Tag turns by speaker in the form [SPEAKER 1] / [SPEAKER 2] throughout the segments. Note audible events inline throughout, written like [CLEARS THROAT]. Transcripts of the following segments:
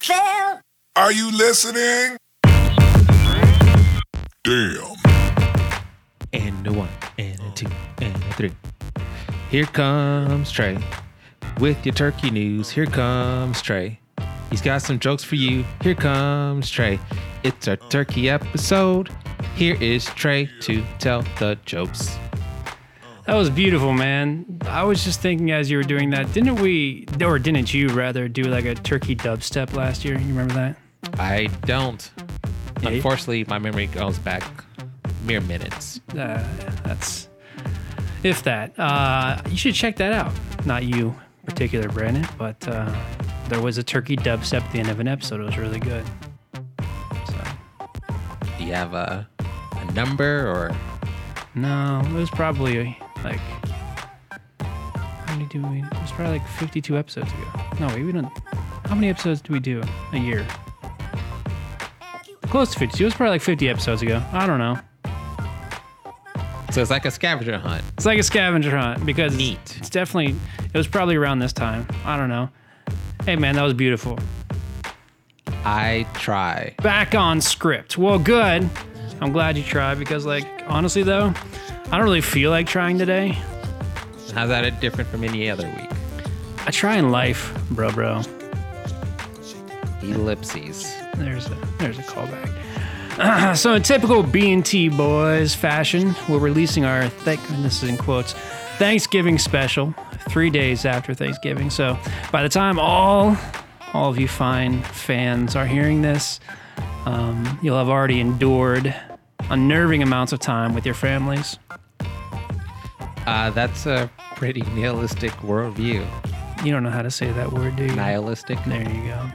[SPEAKER 1] failed.
[SPEAKER 2] Are you listening? Damn.
[SPEAKER 3] And a one, and a two, and a three. Here comes Trey with your turkey news. Here comes Trey. He's got some jokes for you. Here comes Trey. It's our turkey episode. Here is Trey to tell the jokes.
[SPEAKER 4] That was beautiful, man. I was just thinking as you were doing that, didn't we, or didn't you rather, do like a turkey dubstep last year? You remember that?
[SPEAKER 3] I don't.
[SPEAKER 4] Yeah, you-
[SPEAKER 3] Unfortunately, my memory goes back mere minutes.
[SPEAKER 4] Uh, that's if that. Uh, you should check that out. Not you, particular Brandon, but uh, there was a turkey dubstep at the end of an episode. It was really good. So
[SPEAKER 3] Do you have a, a number or
[SPEAKER 4] no, it was probably like how many do we? It was probably like 52 episodes ago. No, wait, we don't. How many episodes do we do a year? Close to 52. It was probably like 50 episodes ago. I don't know.
[SPEAKER 3] so? It's like a scavenger hunt.
[SPEAKER 4] It's like a scavenger hunt because
[SPEAKER 3] Neat.
[SPEAKER 4] it's definitely it was probably around this time. I don't know. Hey man, that was beautiful.
[SPEAKER 3] I try.
[SPEAKER 4] Back on script. Well, good. I'm glad you tried because like honestly though, I don't really feel like trying today.
[SPEAKER 3] How's that different from any other week?
[SPEAKER 4] I try in life, bro, bro.
[SPEAKER 3] Ellipses.
[SPEAKER 4] There's a there's a callback. [CLEARS THROAT] so in typical B&T boys fashion, we're releasing our thick and this is in quotes Thanksgiving special 3 days after Thanksgiving. So by the time all all of you fine fans are hearing this, um, you'll have already endured unnerving amounts of time with your families.
[SPEAKER 3] Uh, that's a pretty nihilistic worldview.
[SPEAKER 4] You don't know how to say that word, do you?
[SPEAKER 3] Nihilistic.
[SPEAKER 4] There you go.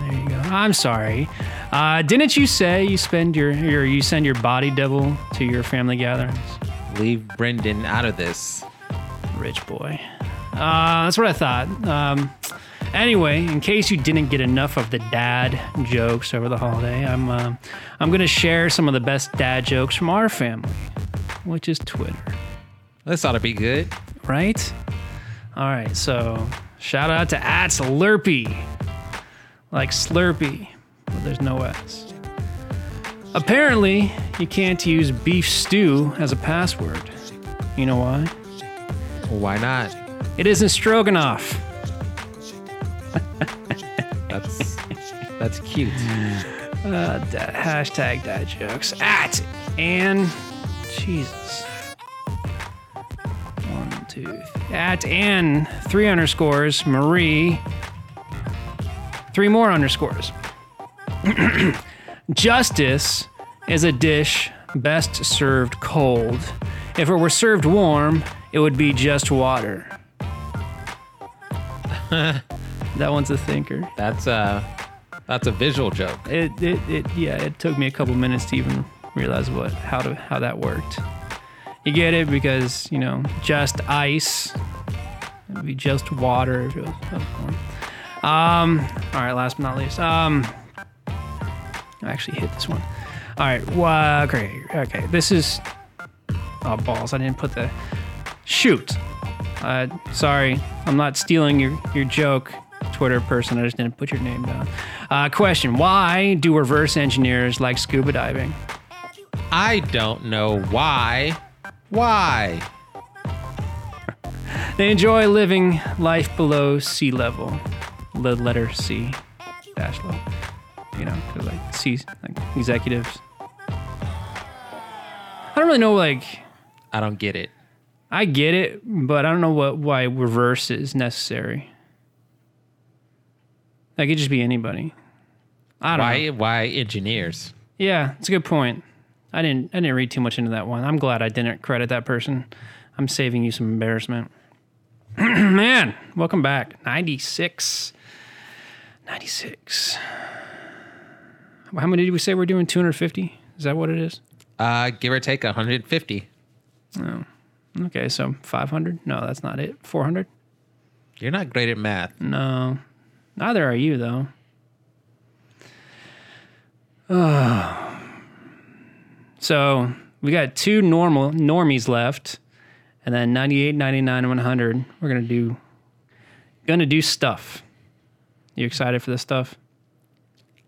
[SPEAKER 4] There you go. I'm sorry. Uh, didn't you say you spend your, your you send your body double to your family gatherings?
[SPEAKER 3] Leave Brendan out of this.
[SPEAKER 4] Rich boy. Uh, that's what I thought. Um, anyway, in case you didn't get enough of the dad jokes over the holiday, I'm uh, I'm gonna share some of the best dad jokes from our family, which is Twitter.
[SPEAKER 3] This ought to be good.
[SPEAKER 4] right? All right, so shout out to Ats Lurpy, like Slurpee, but there's no S. Apparently, you can't use beef stew as a password. You know why?
[SPEAKER 3] Why not?
[SPEAKER 4] It isn't stroganoff.
[SPEAKER 3] That's that's cute.
[SPEAKER 4] Uh, da- hashtag dad jokes at and Jesus. One, two, th- at and three underscores Marie. Three more underscores. [CLEARS THROAT] Justice is a dish best served cold. If it were served warm, it would be just water. [LAUGHS] that one's a thinker.
[SPEAKER 3] That's a that's a visual joke.
[SPEAKER 4] It, it, it yeah it took me a couple minutes to even realize what how to how that worked you get it because you know just ice it'd be just water if it was- that was warm. um all right last but not least um i actually hit this one all right well okay okay this is oh balls i didn't put the shoot uh sorry i'm not stealing your your joke twitter person i just didn't put your name down uh, question Why do reverse engineers like scuba diving?
[SPEAKER 3] I don't know why. Why?
[SPEAKER 4] They enjoy living life below sea level. The letter C dash low. You know, 'cause, like C, like executives. I don't really know, like,
[SPEAKER 3] I don't get it.
[SPEAKER 4] I get it, but I don't know what why reverse is necessary. That could just be anybody. I don't know.
[SPEAKER 3] Why why engineers?
[SPEAKER 4] Yeah, it's a good point. I didn't I didn't read too much into that one. I'm glad I didn't credit that person. I'm saving you some embarrassment. [CLEARS THROAT] Man, welcome back. 96. 96. How many did we say we're doing? 250? Is that what it is?
[SPEAKER 3] Uh, give or take 150.
[SPEAKER 4] Okay, so 500? No, that's not it. 400?
[SPEAKER 3] You're not great at math.
[SPEAKER 4] No. Neither are you, though. [SIGHS] so we got two normal normies left, and then 98, 99, and 100. We're gonna do, gonna do stuff. You excited for this stuff?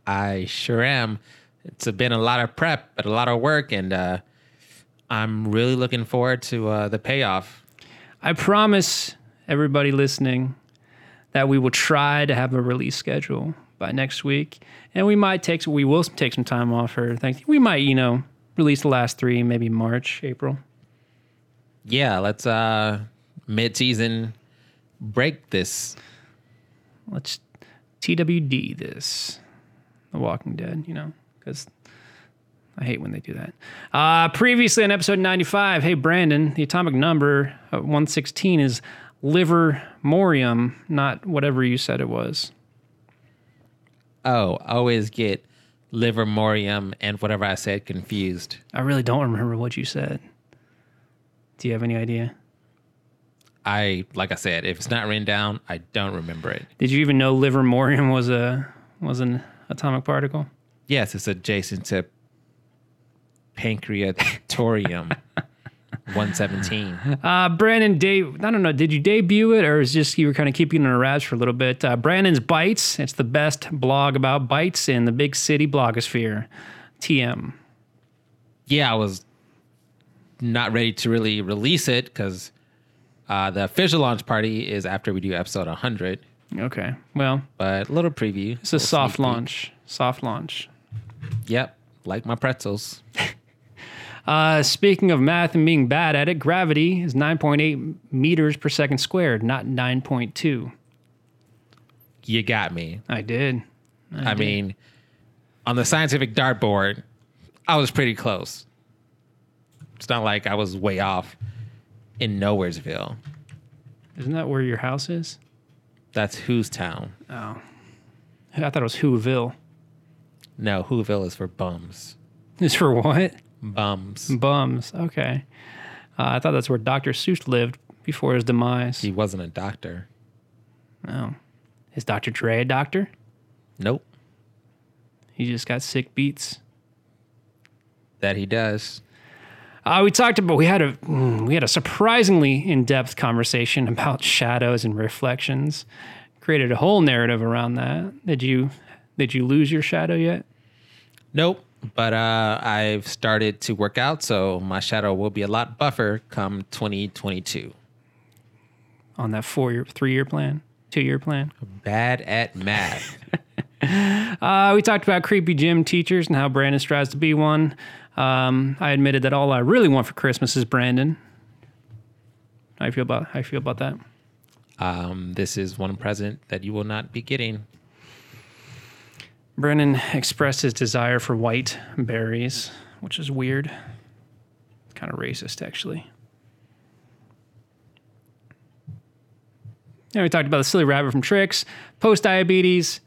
[SPEAKER 3] I sure am. It's been a lot of prep, but a lot of work, and uh, I'm really looking forward to uh, the payoff.
[SPEAKER 4] I promise everybody listening that we will try to have a release schedule by next week, and we might take we will take some time off for Thanksgiving. We might, you know, release the last three, maybe March, April.
[SPEAKER 3] Yeah, let's uh, mid-season break this.
[SPEAKER 4] Let's TWD this, The Walking Dead, you know, because. I hate when they do that. Uh, previously on episode 95, hey, Brandon, the atomic number uh, 116 is liver morium, not whatever you said it was.
[SPEAKER 3] Oh, I always get liver morium and whatever I said confused.
[SPEAKER 4] I really don't remember what you said. Do you have any idea?
[SPEAKER 3] I like I said, if it's not written down, I don't remember it.
[SPEAKER 4] Did you even know liver morium was a was an atomic particle?
[SPEAKER 3] Yes, it's adjacent to
[SPEAKER 4] [LAUGHS]
[SPEAKER 3] pancreatorium 117.
[SPEAKER 4] Uh, Brandon, de- I don't know. Did you debut it, or is just you were kind of keeping it under wraps for a little bit? Uh, Brandon's Bites. It's the best blog about bites in the big city blogosphere. TM.
[SPEAKER 3] Yeah, I was not ready to really release it because uh, the official launch party is after we do episode 100.
[SPEAKER 4] Okay. Well,
[SPEAKER 3] But little preview.
[SPEAKER 4] it's a soft launch. Soft launch.
[SPEAKER 3] Yep, like my pretzels.
[SPEAKER 4] Uh, speaking of math and being bad at it, gravity is 9.8 meters per second squared, not 9.2.
[SPEAKER 3] You got me.
[SPEAKER 4] I did.
[SPEAKER 3] I mean, on the scientific dartboard, I was pretty close. It's not like I was way off in Nowheresville.
[SPEAKER 4] Isn't that where your house is?
[SPEAKER 3] That's whose town.
[SPEAKER 4] I thought it was Whoville. [LAUGHS]
[SPEAKER 3] No, Whoville is for bums.
[SPEAKER 4] It's for what?
[SPEAKER 3] Bums.
[SPEAKER 4] Bums. Okay. Uh, I thought that's where Dr. Seuss lived before his demise.
[SPEAKER 3] He wasn't a doctor.
[SPEAKER 4] Oh. Is Dr. Dre a doctor?
[SPEAKER 3] Nope.
[SPEAKER 4] He just got sick beats.
[SPEAKER 3] That he does.
[SPEAKER 4] Uh, we talked about we had a mm, we had a surprisingly in-depth conversation about shadows and reflections. Created a whole narrative around that. Did you did you lose your shadow yet?
[SPEAKER 3] Nope. But uh, I've started to work out, so my shadow will be a lot buffer come 2022.
[SPEAKER 4] On that four-year, three-year plan, two-year plan.
[SPEAKER 3] Bad at math.
[SPEAKER 4] Uh, we talked about creepy gym teachers and how Brandon strives to be one. Um, I admitted that all I really want for Christmas is Brandon. How you feel about how you feel about that?
[SPEAKER 3] um, this is one present that you will not be getting.
[SPEAKER 4] Brennan expressed his desire for white berries, which is weird. Kind of racist, actually. Yeah, we talked about the silly rabbit from Tricks, post diabetes,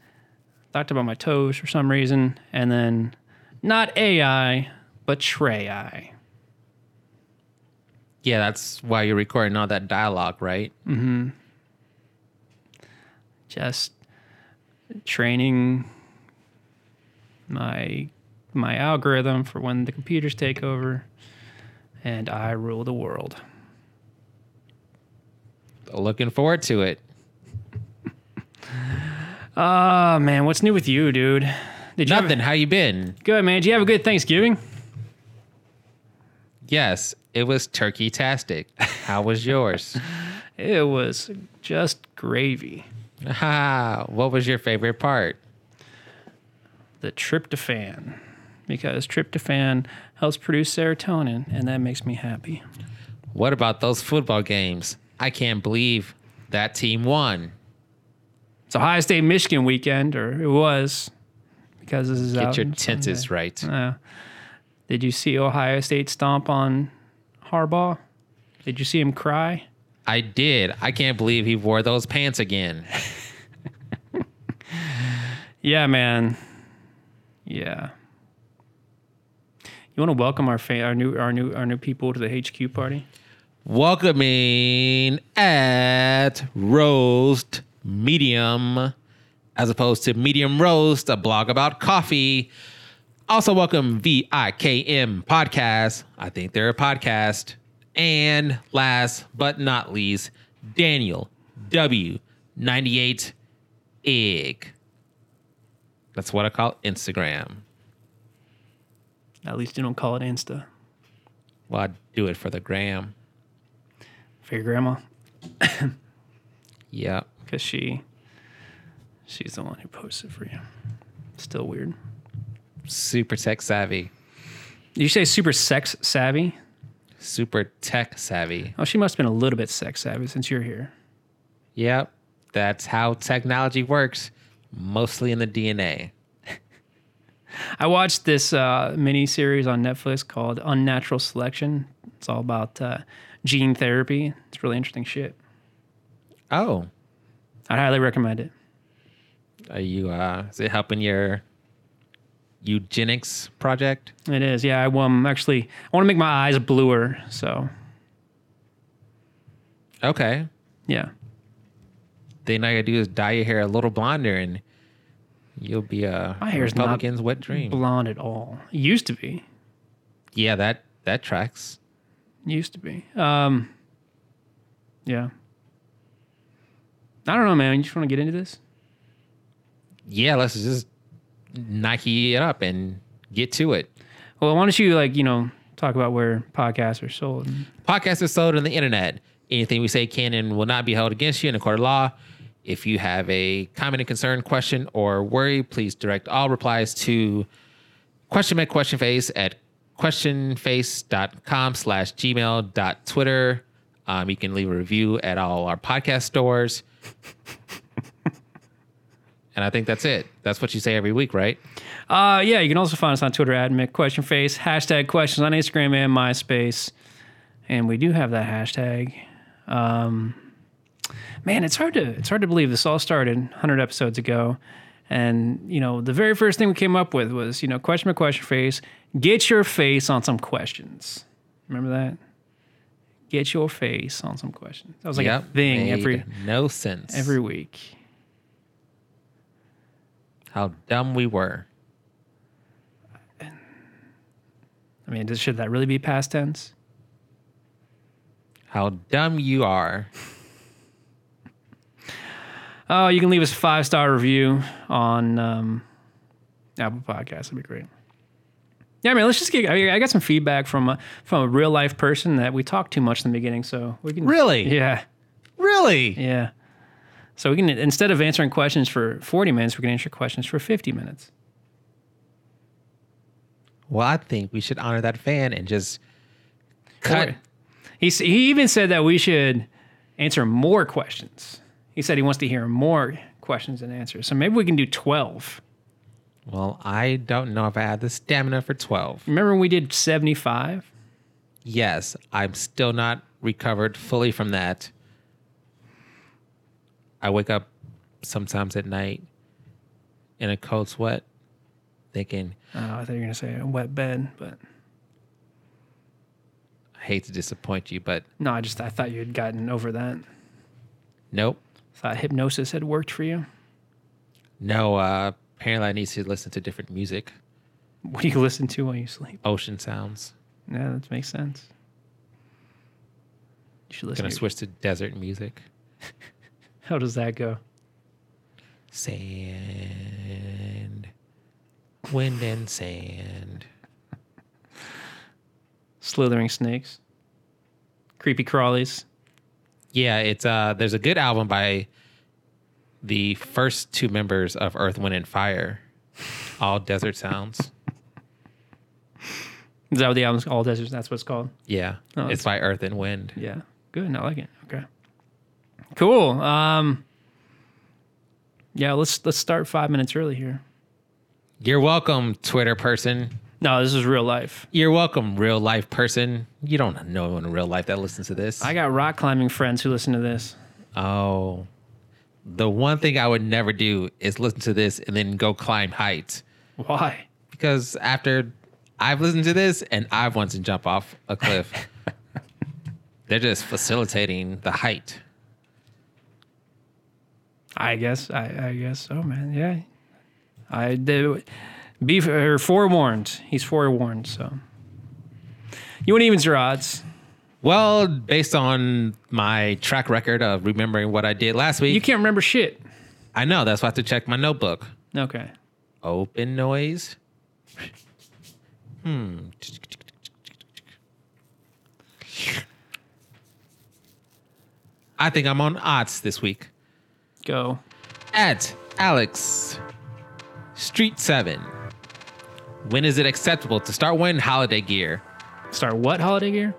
[SPEAKER 4] talked about my toes for some reason, and then not AI, but Trey I.
[SPEAKER 3] Yeah, that's why you're recording all that dialogue, right?
[SPEAKER 4] Just training my my algorithm for when the computers take over and I rule the world.
[SPEAKER 3] Looking forward to it.
[SPEAKER 4] Oh man, what's new with you, dude? Did you have-
[SPEAKER 3] Nothing. How you been?
[SPEAKER 4] good man. Did you have a good Thanksgiving?
[SPEAKER 3] Yes, it was turkey tastic. How was yours?
[SPEAKER 4] It was just gravy.
[SPEAKER 3] ah, what was your favorite part?
[SPEAKER 4] The tryptophan, because tryptophan helps produce serotonin, and that makes me happy.
[SPEAKER 3] What about those football games? I can't believe that team won.
[SPEAKER 4] It's Ohio State Michigan weekend, or it was, because this is out
[SPEAKER 3] Get your
[SPEAKER 4] on
[SPEAKER 3] tenses
[SPEAKER 4] Sunday.
[SPEAKER 3] right.
[SPEAKER 4] Did you see Ohio State stomp on Harbaugh? Did you see him cry?
[SPEAKER 3] I did. I can't believe he wore those pants again.
[SPEAKER 4] Yeah, man. Yeah. You want to welcome our fa- our new our new our new people to the HQ party?
[SPEAKER 3] Welcoming at roast medium, as opposed to medium roast, a blog about coffee. Also, welcome VIKM podcast. I think they're a podcast. And last but not least, Daniel W98 Egg. That's what I call Instagram.
[SPEAKER 4] At least you don't call it Insta
[SPEAKER 3] Well, I do it for the gram.
[SPEAKER 4] for your grandma,
[SPEAKER 3] Yep.
[SPEAKER 4] because she, she's the one who posts it for you. Still weird.
[SPEAKER 3] Super tech savvy.
[SPEAKER 4] Did you say super sex savvy?
[SPEAKER 3] Super tech savvy.
[SPEAKER 4] Oh, she must have been a little bit sex savvy since you're here.
[SPEAKER 3] Yep. That's how technology works, mostly in the DNA.
[SPEAKER 4] I watched this uh, mini series on Netflix called Unnatural Selection. It's all about uh, gene therapy. It's really interesting shit.
[SPEAKER 3] Oh,
[SPEAKER 4] I'd highly recommend it.
[SPEAKER 3] are you, uh, is it helping your eugenics project?
[SPEAKER 4] It is. Yeah. I, well, I'm actually, I want to make my eyes bluer. So,
[SPEAKER 3] Okay.
[SPEAKER 4] yeah.
[SPEAKER 3] Then all you gotta do is dye your hair a little blonder and you'll be a
[SPEAKER 4] My hair's not
[SPEAKER 3] Republican's wet dream.
[SPEAKER 4] Blonde at all. It used to be.
[SPEAKER 3] yeah, that, that tracks.
[SPEAKER 4] It used to be. Um, yeah. I don't know, man. You just want to get into this?
[SPEAKER 3] Yeah, let's just Nike it up and get to it.
[SPEAKER 4] Well, why don't you, like, you know, talk about where podcasts are sold?
[SPEAKER 3] Podcasts are sold on the internet. Anything we say can and will not be held against you in a court of law. If you have a comment and concern, question, or worry, please direct all replies to question at questionface at questionface.com slash gmail dot twitter. Um, you can leave a review at all our podcast stores. and I think that's it. That's what you say every week, right?
[SPEAKER 4] Uh, yeah, you can also find us on Twitter at McQuestionFace, hashtag questions on Instagram and MySpace. And we do have that hashtag. Um, man, it's hard to it's hard to believe this all started 100 episodes ago. And, you know, the very first thing we came up with was, you know, question McQuestionFace, get your face on some questions. Remember that? Get your face on some questions. That was like a thing
[SPEAKER 3] Made
[SPEAKER 4] every
[SPEAKER 3] no sense.
[SPEAKER 4] every week.
[SPEAKER 3] how dumb we were.
[SPEAKER 4] I mean, does- should that really be past tense?
[SPEAKER 3] How dumb you are.
[SPEAKER 4] Oh, you can leave us a five star review on um, Apple Podcasts. That'd be great. Yeah, I mean, let's just get. I, mean, I got some feedback from a, from a real life person that we talked too much in the beginning, so we can
[SPEAKER 3] Really?
[SPEAKER 4] Yeah,
[SPEAKER 3] Really?
[SPEAKER 4] yeah. So we can instead of answering questions for forty minutes, we can answer questions for fifty minutes.
[SPEAKER 3] Well, I think we should honor that fan and just cut.
[SPEAKER 4] Or- He s- he even said that we should answer more questions. He said he wants to hear more questions and answers. So maybe we can do twelve.
[SPEAKER 3] Well, I don't know if I have the stamina for 12.
[SPEAKER 4] Remember when we did seventy five?
[SPEAKER 3] Yes, I'm still not recovered fully from that. I wake up sometimes at night in a cold sweat thinking,
[SPEAKER 4] Oh, I thought you were gonna say a wet bed, but
[SPEAKER 3] I hate to disappoint you, but
[SPEAKER 4] no, I just I thought you had gotten over that.
[SPEAKER 3] nope.
[SPEAKER 4] Thought hypnosis had worked for you.
[SPEAKER 3] No, uh, apparently I need to listen to different music,
[SPEAKER 4] What do you listen to while you sleep?
[SPEAKER 3] ocean sounds.
[SPEAKER 4] Yeah, that makes sense. You should listen.
[SPEAKER 3] Gonna
[SPEAKER 4] To
[SPEAKER 3] switch to desert music.
[SPEAKER 4] How does that go?
[SPEAKER 3] Sand. Wind and sand.
[SPEAKER 4] Slithering snakes, creepy crawlies.
[SPEAKER 3] Yeah, it's uh there's a good album by the first two members of Earth, Wind and Fire. All desert [LAUGHS] sounds.
[SPEAKER 4] Is that what the album's all deserts? That's what it's called.
[SPEAKER 3] Yeah.
[SPEAKER 4] Oh,
[SPEAKER 3] it's
[SPEAKER 4] that's-
[SPEAKER 3] by Earth and Wind.
[SPEAKER 4] Yeah, good. I like it. Okay, cool. Um, yeah, let's let's start five minutes early here.
[SPEAKER 3] You're welcome, Twitter person.
[SPEAKER 4] No, this is real life.
[SPEAKER 3] You're welcome, real life person. You don't know anyone in real life that listens to this.
[SPEAKER 4] I got rock climbing friends who listen to this.
[SPEAKER 3] oh. The one thing I would never do is listen to this and then go climb heights.
[SPEAKER 4] Why?
[SPEAKER 3] because after I've listened to this and I've wanted to jump off a cliff, they're just facilitating the height.
[SPEAKER 4] I guess. I, I guess so, man. Yeah. I do. Be or forewarned. He's forewarned. So you want evens or odds?
[SPEAKER 3] Well, based on my track record of remembering what I did last week,
[SPEAKER 4] You can't remember shit.
[SPEAKER 3] I know that's why I have to check my notebook.
[SPEAKER 4] Okay.
[SPEAKER 3] Open noise. Hmm. I think I'm on odds this week.
[SPEAKER 4] Go.
[SPEAKER 3] At Alex Street 7. When is it acceptable to start wearing holiday gear?
[SPEAKER 4] Start what holiday gear?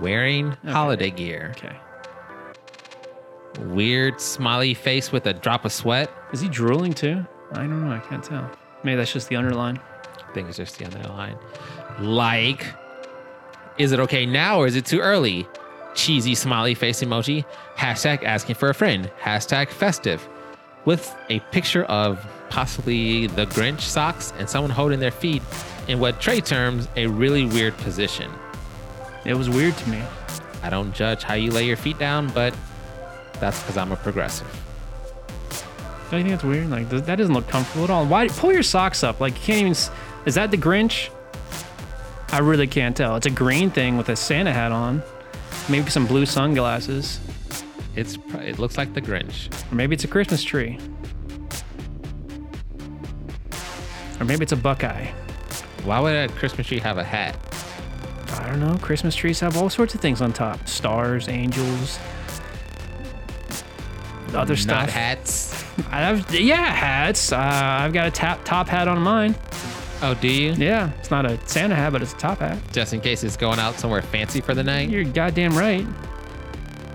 [SPEAKER 3] Wearing holiday gear.
[SPEAKER 4] Okay.
[SPEAKER 3] Weird smiley face with a drop of sweat.
[SPEAKER 4] Is he drooling too? I don't know. I can't tell. Maybe that's just the underline.
[SPEAKER 3] I think it's just the other line. Like, is it okay now or is it too early? Cheesy smiley face emoji. Hashtag asking for a friend. Hashtag festive. With a picture of possibly the Grinch socks and someone holding their feet in what Trey terms a really weird position.
[SPEAKER 4] It was weird to me.
[SPEAKER 3] I don't judge how you lay your feet down, but that's because I'm a progressive.
[SPEAKER 4] Don't you think that's weird? Like th- that doesn't look comfortable at all. Why pull your socks up? Like you can't even. s- Is that the Grinch? I really can't tell. It's a green thing with a Santa hat on, maybe some blue sunglasses,
[SPEAKER 3] It's pr- it looks like the Grinch.
[SPEAKER 4] or maybe it's a Christmas tree, or maybe it's a Buckeye.
[SPEAKER 3] Why would a Christmas tree have a hat?
[SPEAKER 4] I don't know. Christmas trees have all sorts of things on top: stars, angels, other stuff.
[SPEAKER 3] Not hats.
[SPEAKER 4] I've, yeah, hats. Uh, I've got a tap, top hat on mine.
[SPEAKER 3] Oh, do you?
[SPEAKER 4] Yeah, it's not a Santa hat, but it's a top hat.
[SPEAKER 3] Just in case it's going out somewhere fancy for the night.
[SPEAKER 4] You're goddamn right.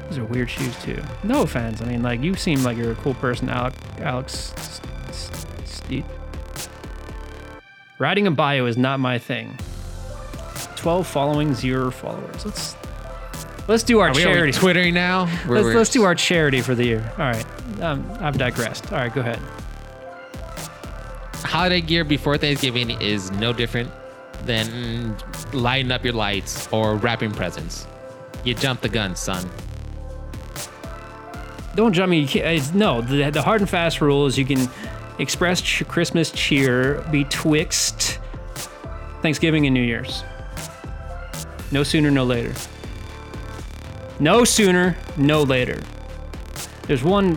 [SPEAKER 4] Those are weird shoes too. No offense. I mean, like you seem like you're a cool person, Alec, Alex. S- S- Ste- Riding a bio is not my thing. Twelve following, zero followers. Let's let's do our
[SPEAKER 3] Are we on
[SPEAKER 4] charity.
[SPEAKER 3] Twitter now? Where
[SPEAKER 4] Let's,
[SPEAKER 3] we're-
[SPEAKER 4] let's do our charity for the year. All right, um, I've digressed. All right, go ahead.
[SPEAKER 3] holiday gear before Thanksgiving is no different than lighting up your lights or wrapping presents. You jumped the gun, son.
[SPEAKER 4] Don't jump me. You can't- It's, no, the, the hard and fast rule is you can express ch- Christmas cheer betwixt Thanksgiving and New Year's. No sooner, no later. No sooner, no later. There's one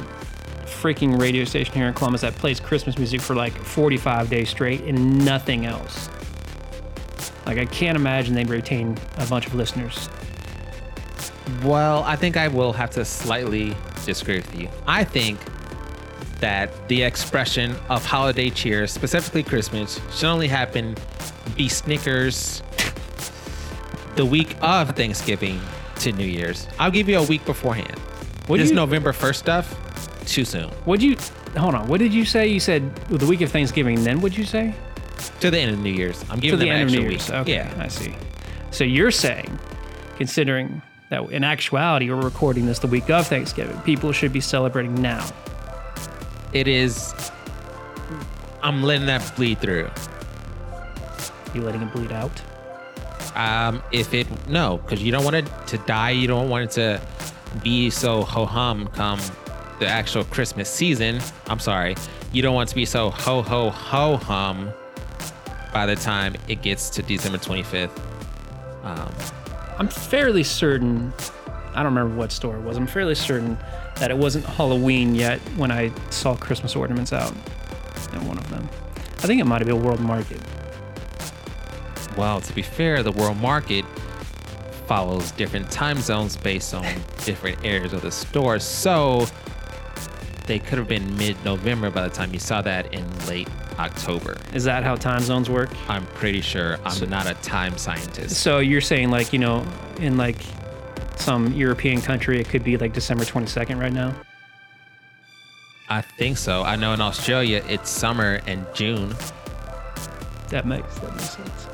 [SPEAKER 4] freaking radio station here in Columbus that plays Christmas music for like 45 days straight and nothing else. Like, I can't imagine they retain a bunch of listeners.
[SPEAKER 3] Well, I think I will have to slightly disagree with you. I think that the expression of holiday cheer, specifically Christmas, should only happen be Snickers [LAUGHS] the week of Thanksgiving to New Year's. I'll give you a week beforehand.
[SPEAKER 4] What do
[SPEAKER 3] this
[SPEAKER 4] you-
[SPEAKER 3] November 1st stuff, too soon.
[SPEAKER 4] What'd you hold on? What did you say? You said the week of Thanksgiving. Then what'd you say?
[SPEAKER 3] To the end of New Year's. I'm
[SPEAKER 4] To
[SPEAKER 3] giving
[SPEAKER 4] the
[SPEAKER 3] them an
[SPEAKER 4] end of
[SPEAKER 3] extra
[SPEAKER 4] New Year's.
[SPEAKER 3] week.
[SPEAKER 4] Okay,
[SPEAKER 3] Yeah.
[SPEAKER 4] I see. So you're saying, considering that in actuality we're recording this the week of Thanksgiving, people should be celebrating now.
[SPEAKER 3] It is I'm letting that bleed through.
[SPEAKER 4] You letting it bleed out?
[SPEAKER 3] Um if it no, because you don't want it to die, you don't want it to be so ho hum come the actual Christmas season. I'm sorry. You don't want it to be so ho ho ho hum by the time it gets to December twenty fifth. Um
[SPEAKER 4] I'm fairly certain. I don't remember what store it was. I'm fairly certain that it wasn't Halloween yet when I saw Christmas ornaments out at one of them. I think it might have been World Market.
[SPEAKER 3] Well, to be fair, the world market follows different time zones based on different areas of the store. So they could have been mid November by the time you saw that in late October.
[SPEAKER 4] Is that how time zones work?
[SPEAKER 3] I'm pretty sure I'm not a time scientist.
[SPEAKER 4] So you're saying like you know in like some European country it could be like December 22nd right now.
[SPEAKER 3] I think so. I know in Australia it's summer and June.
[SPEAKER 4] That makes that makes sense.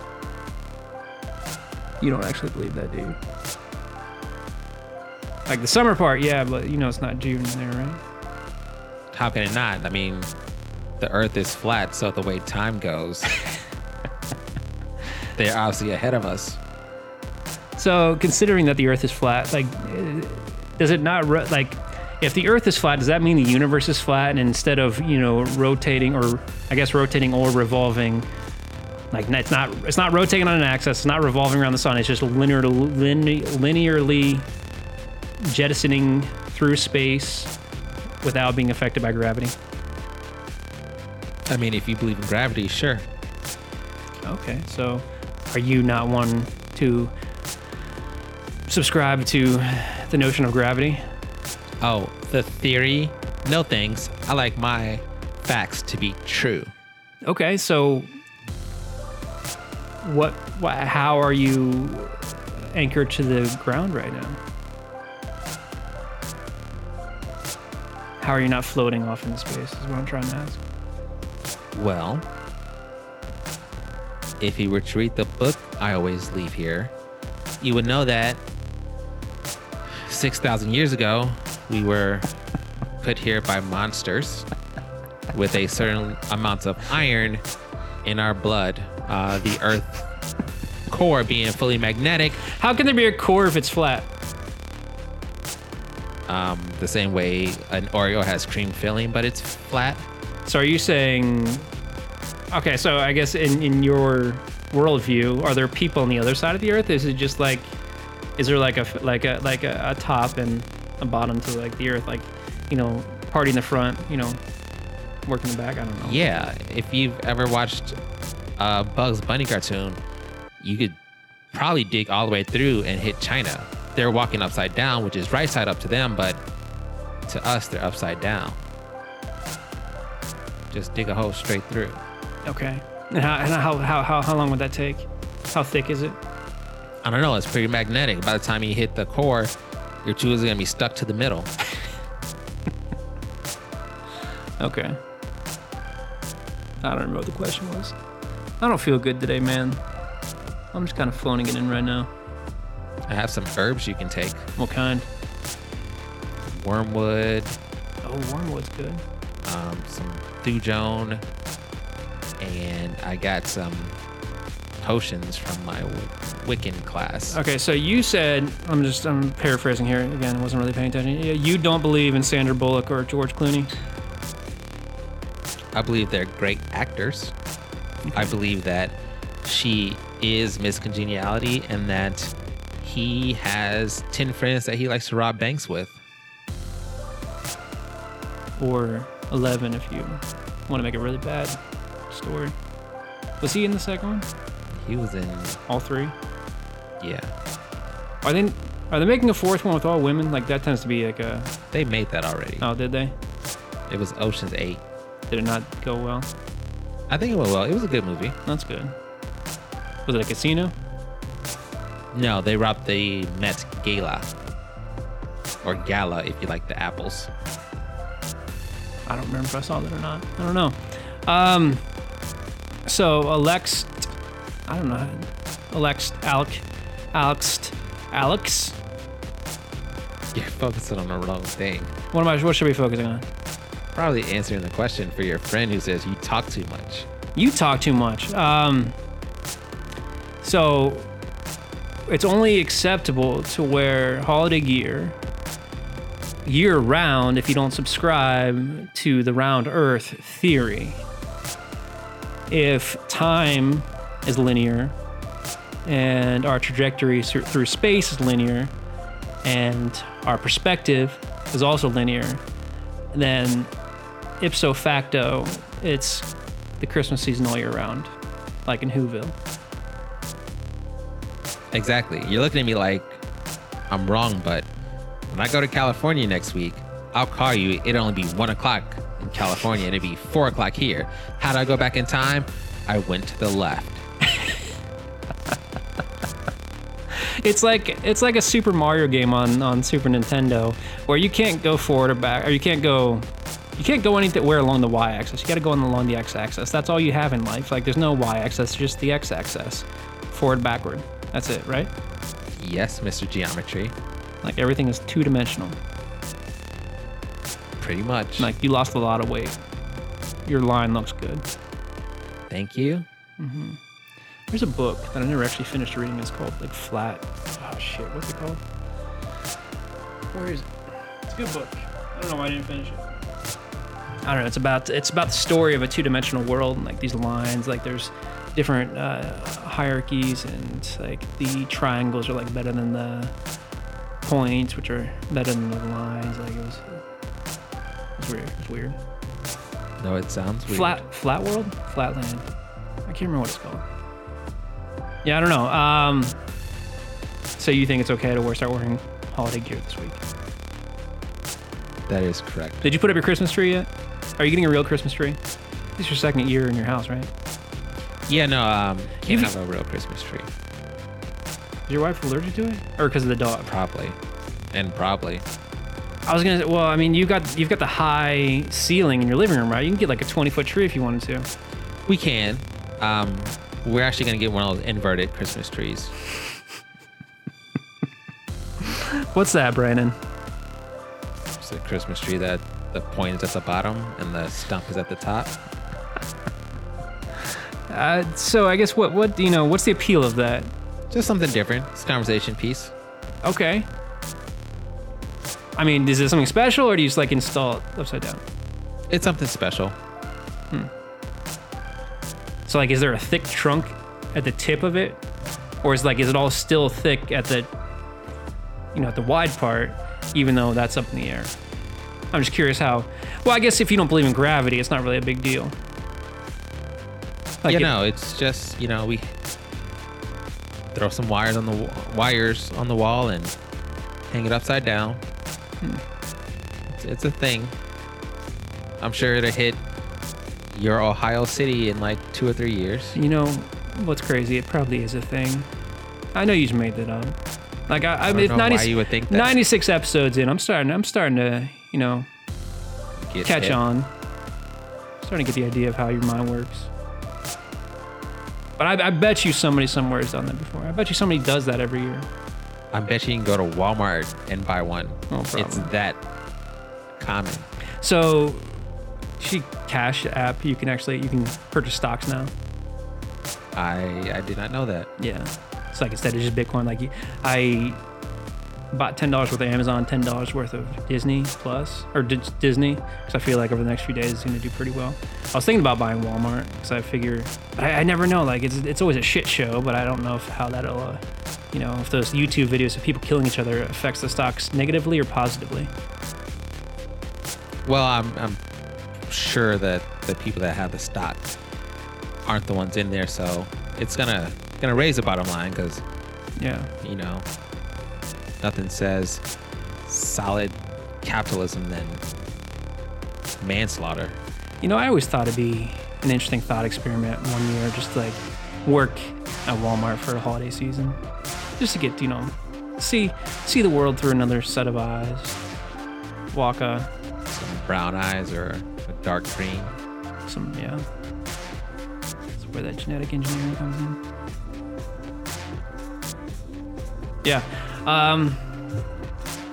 [SPEAKER 4] You don't actually believe that, do you? Like the summer part, yeah, but you know it's not June there, right?
[SPEAKER 3] How can it not? I mean, the earth is flat, so the way time goes, they're obviously ahead of us.
[SPEAKER 4] So considering that the Earth is flat, like, eh, does it not ro- like? If the Earth is flat, does that mean the universe is flat? And instead of you know rotating, or I guess rotating or revolving, like it's not it's not rotating on an axis, it's not revolving around the sun. It's just linear, lin, linearly jettisoning through space without being affected by gravity.
[SPEAKER 5] I mean, if you believe in gravity, sure.
[SPEAKER 4] Okay, so are you not one to subscribe to the notion of gravity?
[SPEAKER 3] Oh, the theory? No thanks. I like my facts to be true.
[SPEAKER 4] Okay, so what? Wh- how are you anchored to the ground right now? How are you not floating off into space? Is what I'm trying to ask.
[SPEAKER 3] Well, if you were to read the book I always leave here, you would know that 6,000 years ago, we were put here by monsters with a certain amount of iron in our blood. Uh, the Earth core being fully magnetic,
[SPEAKER 4] How can there be a core if it's flat?
[SPEAKER 3] um, the same way an Oreo has cream filling, but it's flat.
[SPEAKER 4] So are you saying? Okay, so I guess in in your worldview, are there people on the other side of the Earth? Is it just like, is there like a f- like a like a, a top and a bottom to like the Earth, like you know, party in the front, you know, work in the back? I don't know.
[SPEAKER 3] Yeah, if you've ever watched a Bugs Bunny cartoon, you could probably dig all the way through and hit China. They're walking upside down, which is right side up to them, but to us, they're upside down. Just dig a hole straight through.
[SPEAKER 4] Okay. And how and how how how how long would that take? How thick is it?
[SPEAKER 3] I don't know, it's pretty magnetic. By the time you hit the core, your tools are gonna be stuck to the middle.
[SPEAKER 4] Okay. I don't remember what the question was. I don't feel good today, man. I'm just kind of phoning it in right now.
[SPEAKER 3] I have some herbs you can take
[SPEAKER 4] What kind?
[SPEAKER 3] wormwood,
[SPEAKER 4] Oh, wormwood's good.
[SPEAKER 3] um, some thujone, and I got some potions from my w- Wiccan class.
[SPEAKER 4] Okay, so you said I'm just I'm paraphrasing here again. I wasn't really paying attention. Yeah, You don't believe in Sandra Bullock or George Clooney.
[SPEAKER 3] I believe they're great actors. I believe that she is Miss Congeniality and that he has 10 friends that he likes to rob banks with.
[SPEAKER 4] or 11 if you want to make a really bad story. Was he in the second one?
[SPEAKER 3] He was in,
[SPEAKER 4] All three?
[SPEAKER 3] yeah,
[SPEAKER 4] Are they are they making a fourth one with all women? Like that tends to be like a
[SPEAKER 3] they made that already.
[SPEAKER 4] oh did they?
[SPEAKER 3] It was Ocean's 8.
[SPEAKER 4] Did it not go well?
[SPEAKER 3] I think it went well. It was a good movie.
[SPEAKER 4] That's good. Was it a casino?
[SPEAKER 3] No, they robbed the Met Gala. Or Gala, if you like the apples.
[SPEAKER 4] I don't remember if I saw that or not. I don't know. Um, so Alex, I don't know. Alex, Alex, Alex, Alex.
[SPEAKER 3] You're focusing on the wrong thing.
[SPEAKER 4] What am I? What should we be focusing on?
[SPEAKER 3] Probably answering the question for your friend who says you talk too much.
[SPEAKER 4] You talk too much. Um, so it's only acceptable to wear holiday gear year round if you don't subscribe to the round earth theory. If time is linear and our trajectory through through space is linear and our perspective is also linear, then ipso facto, it's the Christmas season all year round, like in Whoville.
[SPEAKER 3] Exactly. You're looking at me like I'm wrong, but when I go to California next week, I'll call you. It'll only be one o'clock in California and it'll be four o'clock here. How did I go back in time? I went to the left.
[SPEAKER 4] It's like it's like a Super Mario game on on Super Nintendo where you can't go forward or back, or you can't go. You can't go anywhere along the y-axis. You got to go on along the x-axis. That's all you have in life. Like there's no y-axis, just the x-axis, forward, backward. That's it, right?
[SPEAKER 3] Yes, Mr. Geometry.
[SPEAKER 4] Like everything is two-dimensional.
[SPEAKER 3] Pretty much.
[SPEAKER 4] Like you lost a lot of weight. Your line looks good.
[SPEAKER 3] thank you.
[SPEAKER 4] There's a book that I never actually finished reading. It's called like Flat. Oh shit, what's it called? Where is it? It's a good book. I don't know why I didn't finish it. I don't know. It's about it's about the story of a two-dimensional world and like these lines. Like there's different uh, hierarchies and like the triangles are like better than the points, which are better than the lines. Like it was, it was weird. It was weird.
[SPEAKER 3] No, it sounds weird.
[SPEAKER 4] Flat Flat World? Flatland. I can't remember what it's called. Yeah, I don't know. Um so you think it's okay to wear start wearing holiday gear this week?
[SPEAKER 3] That is correct.
[SPEAKER 4] Did you put up your Christmas tree yet? Are you getting a real Christmas tree? This is your second year in your house, right?
[SPEAKER 3] Yeah, no, um, can't
[SPEAKER 4] You've-
[SPEAKER 3] have a real Christmas tree,
[SPEAKER 4] Is your wife allergic to it? Or because of the dog?
[SPEAKER 3] probably, and probably.
[SPEAKER 4] I was gonna say, well, I mean, you got you've got the high ceiling in your living room, right? You can get like a 20 foot tree if you wanted to.
[SPEAKER 3] We can. Um, we're actually gonna get one of those inverted Christmas trees.
[SPEAKER 4] What's that, Brandon?
[SPEAKER 3] It's a Christmas tree that the point is at the bottom and the stump is at the top.
[SPEAKER 4] Uh, so I guess what what you know what's the appeal of that?
[SPEAKER 3] Just something different. It's a conversation piece.
[SPEAKER 4] Okay. I mean, is it something special, or do you just like install it upside down?
[SPEAKER 3] It's something special.
[SPEAKER 4] So like, is there a thick trunk at the tip of it, or is like is it all still thick at the you know at the wide part, even though that's up in the air? I'm just curious how. Well, I guess if you don't believe in gravity, it's not really a big deal. Like
[SPEAKER 3] you
[SPEAKER 4] it-
[SPEAKER 3] know, it's just you know we throw some wires on the w- wires on the wall and hang it upside down.
[SPEAKER 4] Hmm.
[SPEAKER 3] It's, it's a thing. I'm sure it'll hit your Ohio city in like two or three years.
[SPEAKER 4] You know what's crazy? It probably is a thing. I know you just made that up. Like I, I,
[SPEAKER 3] don't
[SPEAKER 4] it's
[SPEAKER 3] know
[SPEAKER 4] 90,
[SPEAKER 3] why you would think that.
[SPEAKER 4] 96 episodes in. I'm starting. I'm starting to you know
[SPEAKER 3] Get
[SPEAKER 4] catch
[SPEAKER 3] hit.
[SPEAKER 4] on. starting to get the idea of how your mind works. But I, I bet you somebody somewhere has done that before. I bet you somebody does that every year.
[SPEAKER 3] I bet you can go to Walmart and buy one.
[SPEAKER 4] No
[SPEAKER 3] it's
[SPEAKER 4] problem.
[SPEAKER 3] that common.
[SPEAKER 4] So, she cash app. You can actually you can purchase stocks now.
[SPEAKER 3] I I did not know that.
[SPEAKER 4] Yeah. So like instead of just Bitcoin, like you- I bought ten dollars worth of Amazon, ten dollars worth of Disney Plus or Dis Disney, because I feel like over the next few days it's going to do pretty well. I was thinking about buying Walmart because I figure, but I, I never know. Like it's it's always a shit show, but I don't know if how that'll, uh, you know, if those YouTube videos of people killing each other affects the stocks negatively or positively.
[SPEAKER 3] Well, I'm I'm sure that the people that have the stock aren't the ones in there, so it's gonna gonna raise the bottom line because
[SPEAKER 4] Yeah.
[SPEAKER 3] you know nothing says solid capitalism than manslaughter.
[SPEAKER 4] You know, I always thought it'd be an interesting thought experiment one year, just to, like work at Walmart for the holiday season, just to get you know, see see the world through another set of eyes. Walk uh,
[SPEAKER 3] Some brown eyes or a dark green.
[SPEAKER 4] some yeah. That's where that genetic engineering comes in. Yeah. Um.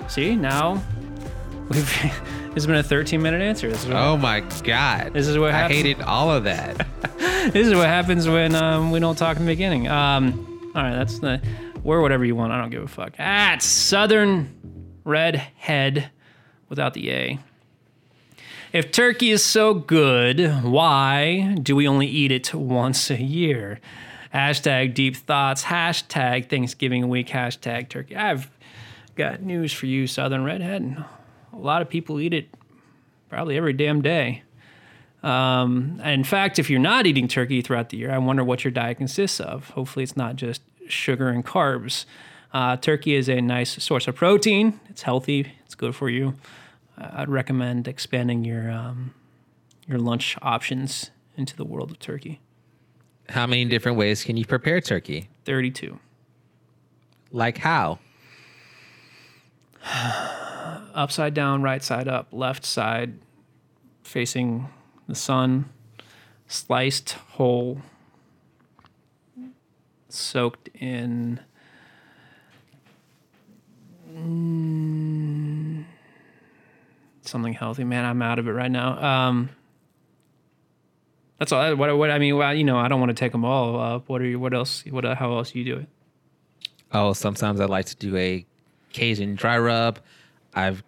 [SPEAKER 4] See now, we've [LAUGHS] it's been a 13 minute answer. This is what,
[SPEAKER 3] Oh my god!
[SPEAKER 4] This is what
[SPEAKER 3] I
[SPEAKER 4] happened.
[SPEAKER 3] hated all of that.
[SPEAKER 4] [LAUGHS] this is what happens when um, we don't talk in the beginning. Um, all right, that's the wear whatever you want. I don't give a fuck. Ah, it's Southern Red Head without the A. If turkey is so good, why do we only eat it once a year? Hashtag deep thoughts. Hashtag Thanksgiving week. Hashtag turkey. I've got news for you, Southern Redhead. A lot of people eat it probably every damn day. And in fact, if you're not eating turkey throughout the year, I wonder what your diet consists of. Hopefully, it's not just sugar and carbs. Uh, turkey is a nice source of protein. It's healthy. It's good for you. I- I'd recommend expanding your um, your lunch options into the world of turkey.
[SPEAKER 3] How many different ways can you prepare turkey?
[SPEAKER 4] Thirty-two.
[SPEAKER 3] Like how?
[SPEAKER 4] upside down, right side up, left side, facing the sun, sliced whole, soaked in. Mm, Something healthy, man. I'm out of it right now. Um, that's all. What, what I mean, well, you know, I don't want to take them all up. What are you? What else? What? How else you do it?
[SPEAKER 3] Oh, sometimes I like to do a Cajun dry rub. I've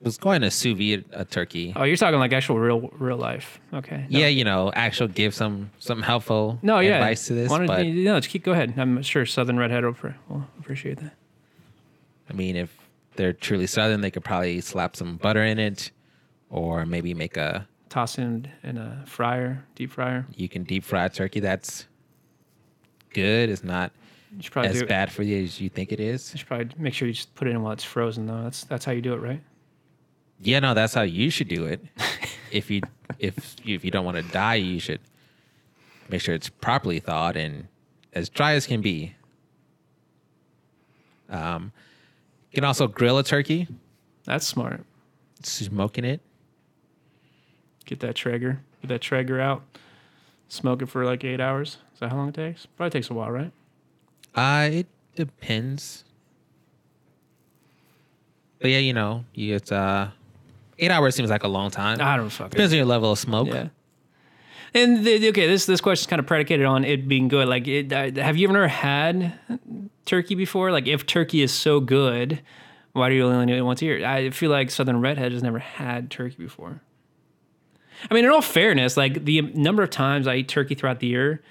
[SPEAKER 3] was going to sous vide a turkey.
[SPEAKER 4] Oh, you're talking like actual real, real life. Okay. No.
[SPEAKER 3] Yeah, you know, actually give some some helpful
[SPEAKER 4] No, yeah.
[SPEAKER 3] advice to this.
[SPEAKER 4] Why don't
[SPEAKER 3] but
[SPEAKER 4] you- no, just keep, go ahead. I'm sure Southern Redhead will, appre- will appreciate that.
[SPEAKER 3] I mean, if they're truly southern, they could probably slap some butter in it, or maybe make a
[SPEAKER 4] toss it in, in a fryer, deep fryer.
[SPEAKER 3] You can deep fry turkey. That's good. It's not
[SPEAKER 4] You should probably
[SPEAKER 3] as
[SPEAKER 4] do it.
[SPEAKER 3] bad for you as you think it is.
[SPEAKER 4] You should probably make sure you just put it in while it's frozen though. That's that's how you do it, right?
[SPEAKER 3] Yeah, no, that's how you should do it. if you if you, if you don't want to die, you should make sure it's properly thawed and as dry as can be. Um, you can also grill a turkey,
[SPEAKER 4] That's smart.
[SPEAKER 3] smoking it.
[SPEAKER 4] Get that Traeger, get that Traeger out, smoke it for like eight hours. Is that how long it takes? Probably takes a while, right?
[SPEAKER 3] Uh, it depends. But yeah, you know, you it's uh, eight hours seems like a long time.
[SPEAKER 4] I don't fucking.
[SPEAKER 3] depends on your level of smoke.
[SPEAKER 4] Ah. Yeah. And the, okay, this this question's kind of predicated on it being good. Like, it, I, have you ever had turkey before? Like, if turkey is so good, why do you only do it once a year? I feel like Southern Redhead has never had turkey before. I mean, in all fairness, like the number of times I eat turkey throughout the year,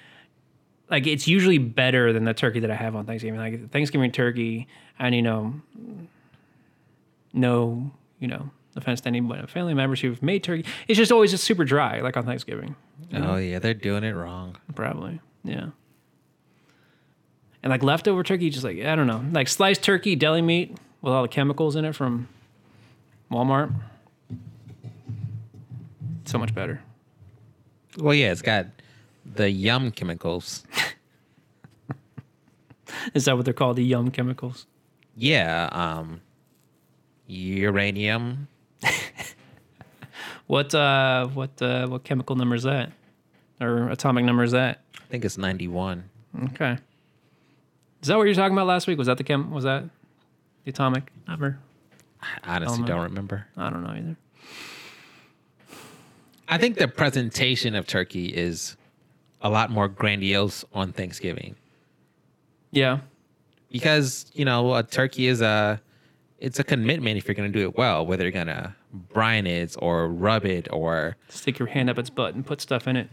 [SPEAKER 4] like it's usually better than the turkey that I have on Thanksgiving. Like Thanksgiving turkey, and you know, no, you know, offense to any family members who've made turkey. It's just always just super dry, like on Thanksgiving,
[SPEAKER 3] Oh yeah, they're doing it wrong.
[SPEAKER 4] probably. Yeah. And like leftover turkey, just like I don't know, like sliced turkey, deli meat with all the chemicals in it from Walmart. So much better.
[SPEAKER 3] Well, yeah, it's got the yum chemicals.
[SPEAKER 4] Is that what they're called? The yum chemicals.
[SPEAKER 3] Yeah, um uranium.
[SPEAKER 4] What uh what uh what chemical number is that? Or atomic number is that?
[SPEAKER 3] I think it's 91.
[SPEAKER 4] Okay. Is that what you were talking about last week? Was that the chem was that the atomic number?
[SPEAKER 3] I honestly
[SPEAKER 4] Element.
[SPEAKER 3] don't remember.
[SPEAKER 4] I don't know either.
[SPEAKER 3] I think the presentation of turkey is a lot more grandiose on Thanksgiving
[SPEAKER 4] Yeah.
[SPEAKER 3] because, you know, a turkey is a it's a commitment if you're going to do it well, whether you're going to brine it or rub it or
[SPEAKER 4] Stick your hand up its butt and put stuff in it.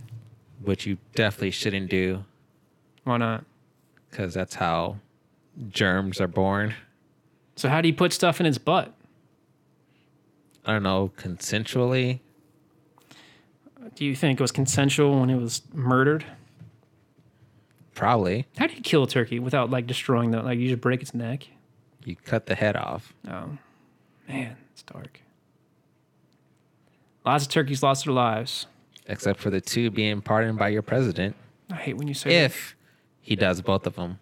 [SPEAKER 3] which you definitely shouldn't do
[SPEAKER 4] Why not?
[SPEAKER 3] cuz that's how germs are born.
[SPEAKER 4] So how do you put stuff in its butt?
[SPEAKER 3] I don't know, consensually.
[SPEAKER 4] Do you think it was consensual when it was murdered?
[SPEAKER 3] Probably.
[SPEAKER 4] How do you kill a turkey without like destroying the like you just break its neck?
[SPEAKER 3] You cut the head off.
[SPEAKER 4] Oh man, it's dark. Lots of turkeys lost their lives.
[SPEAKER 3] except for the two being pardoned by your president
[SPEAKER 4] I hate when you say that.
[SPEAKER 3] if he does both of them.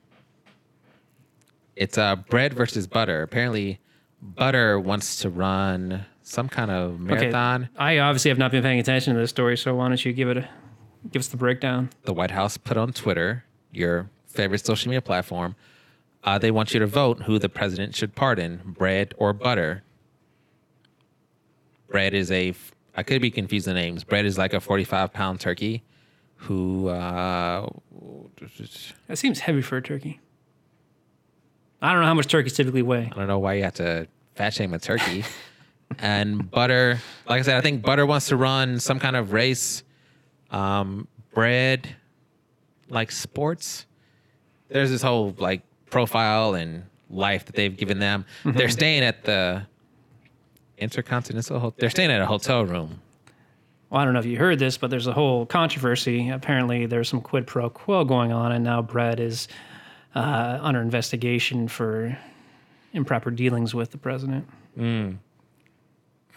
[SPEAKER 3] It's uh, bread versus butter. Apparently, butter wants to run some kind of marathon.
[SPEAKER 4] I obviously have not been paying attention to this story, so why don't you give it a, give us the breakdown?
[SPEAKER 3] The White House put on Twitter, your favorite social media platform, uh, they want you to vote who the president should pardon, bread or butter. Bread is a, f- I could be confused the names. Bread is like a 45 pound turkey who, uh,
[SPEAKER 4] That seems heavy for a turkey. I don't know how much turkeys typically weigh.
[SPEAKER 3] I don't know why you have to fat shame a turkey. and butter, like I said, I think butter wants to run some kind of race. Um, bread, like sports. There's this whole like profile and life that they've given them. They're staying at the Intercontinental. Hotel. They're staying at a hotel room.
[SPEAKER 4] Well, I don't know if you heard this, but there's a whole controversy. Apparently, there's some quid pro quo going on, and now Brett is uh, under investigation for improper dealings with the president.